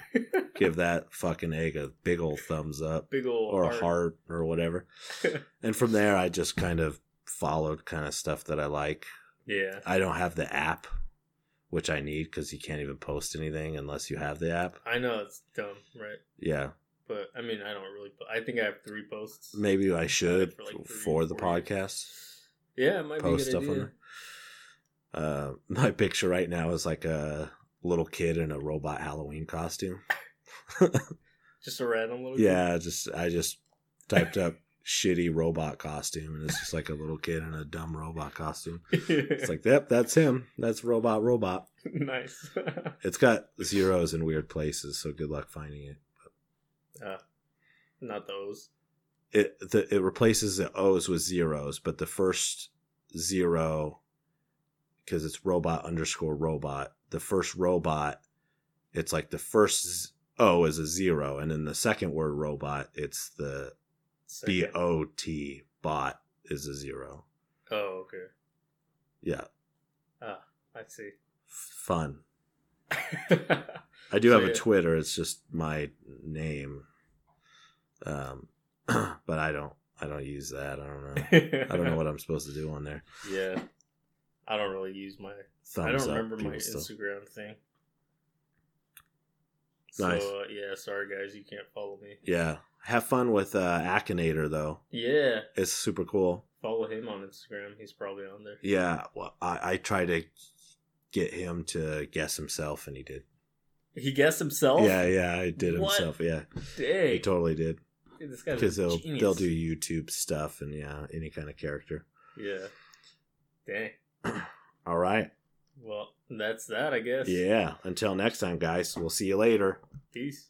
Give that fucking egg a big old thumbs up
Big old
or a heart or whatever. and from there I just kind of followed kind of stuff that I like.
Yeah.
I don't have the app, which I need because you can't even post anything unless you have the app.
I know it's dumb, right?
Yeah,
But I mean, I don't really. I think I have three posts.
maybe I should
For, like,
for,
three,
the
four years.
podcast.
Yeah, it might
Post
be a
stuff
good
on
idea.
there. Uh, my picture right now is like a little kid in a robot Halloween costume.
Just a random little.
Yeah, just I just typed up shitty robot costume, and it's just like a little kid in a dumb robot costume. It's like, yep, that's him. That's robot robot.
nice.
It's got zeros in weird places, so good luck finding it.
Not those.
It the, it replaces the O's with zeros, but the first zero, because it's robot underscore robot. The first robot, it's like the first z- O is a zero, and then the second word robot, it's the B
Second.
O T bot is a zero.
Oh, okay.
Yeah,
I see.
fun. I do
So,
have a
yeah.
Twitter. It's just my name, um, but I don't. I don't use that. I don't know. I don't know what I'm supposed to do on there.
Yeah. I don't really use my.
Thumbs
I don't
up,
remember my
people still.
Instagram thing.
Nice.
So, uh, yeah, sorry guys, you can't follow me.
Yeah, have fun with uh, Akinator though.
Yeah,
It's super cool.
follow him on Instagram. He's probably on there.
Yeah, well, I, I try to get him to guess himself, and he did.
He guessed himself.
Yeah, yeah, I did
Oh. What?
himself. Yeah, he
Dang.
totally did
Dude, this guy's
because
a
they'll
genius.
they'll do YouTube stuff and yeah, any kind of character.
Yeah. Dang.
All right.
Well, that's that, I guess.
Yeah. Until next time, guys. We'll see you later.
Peace.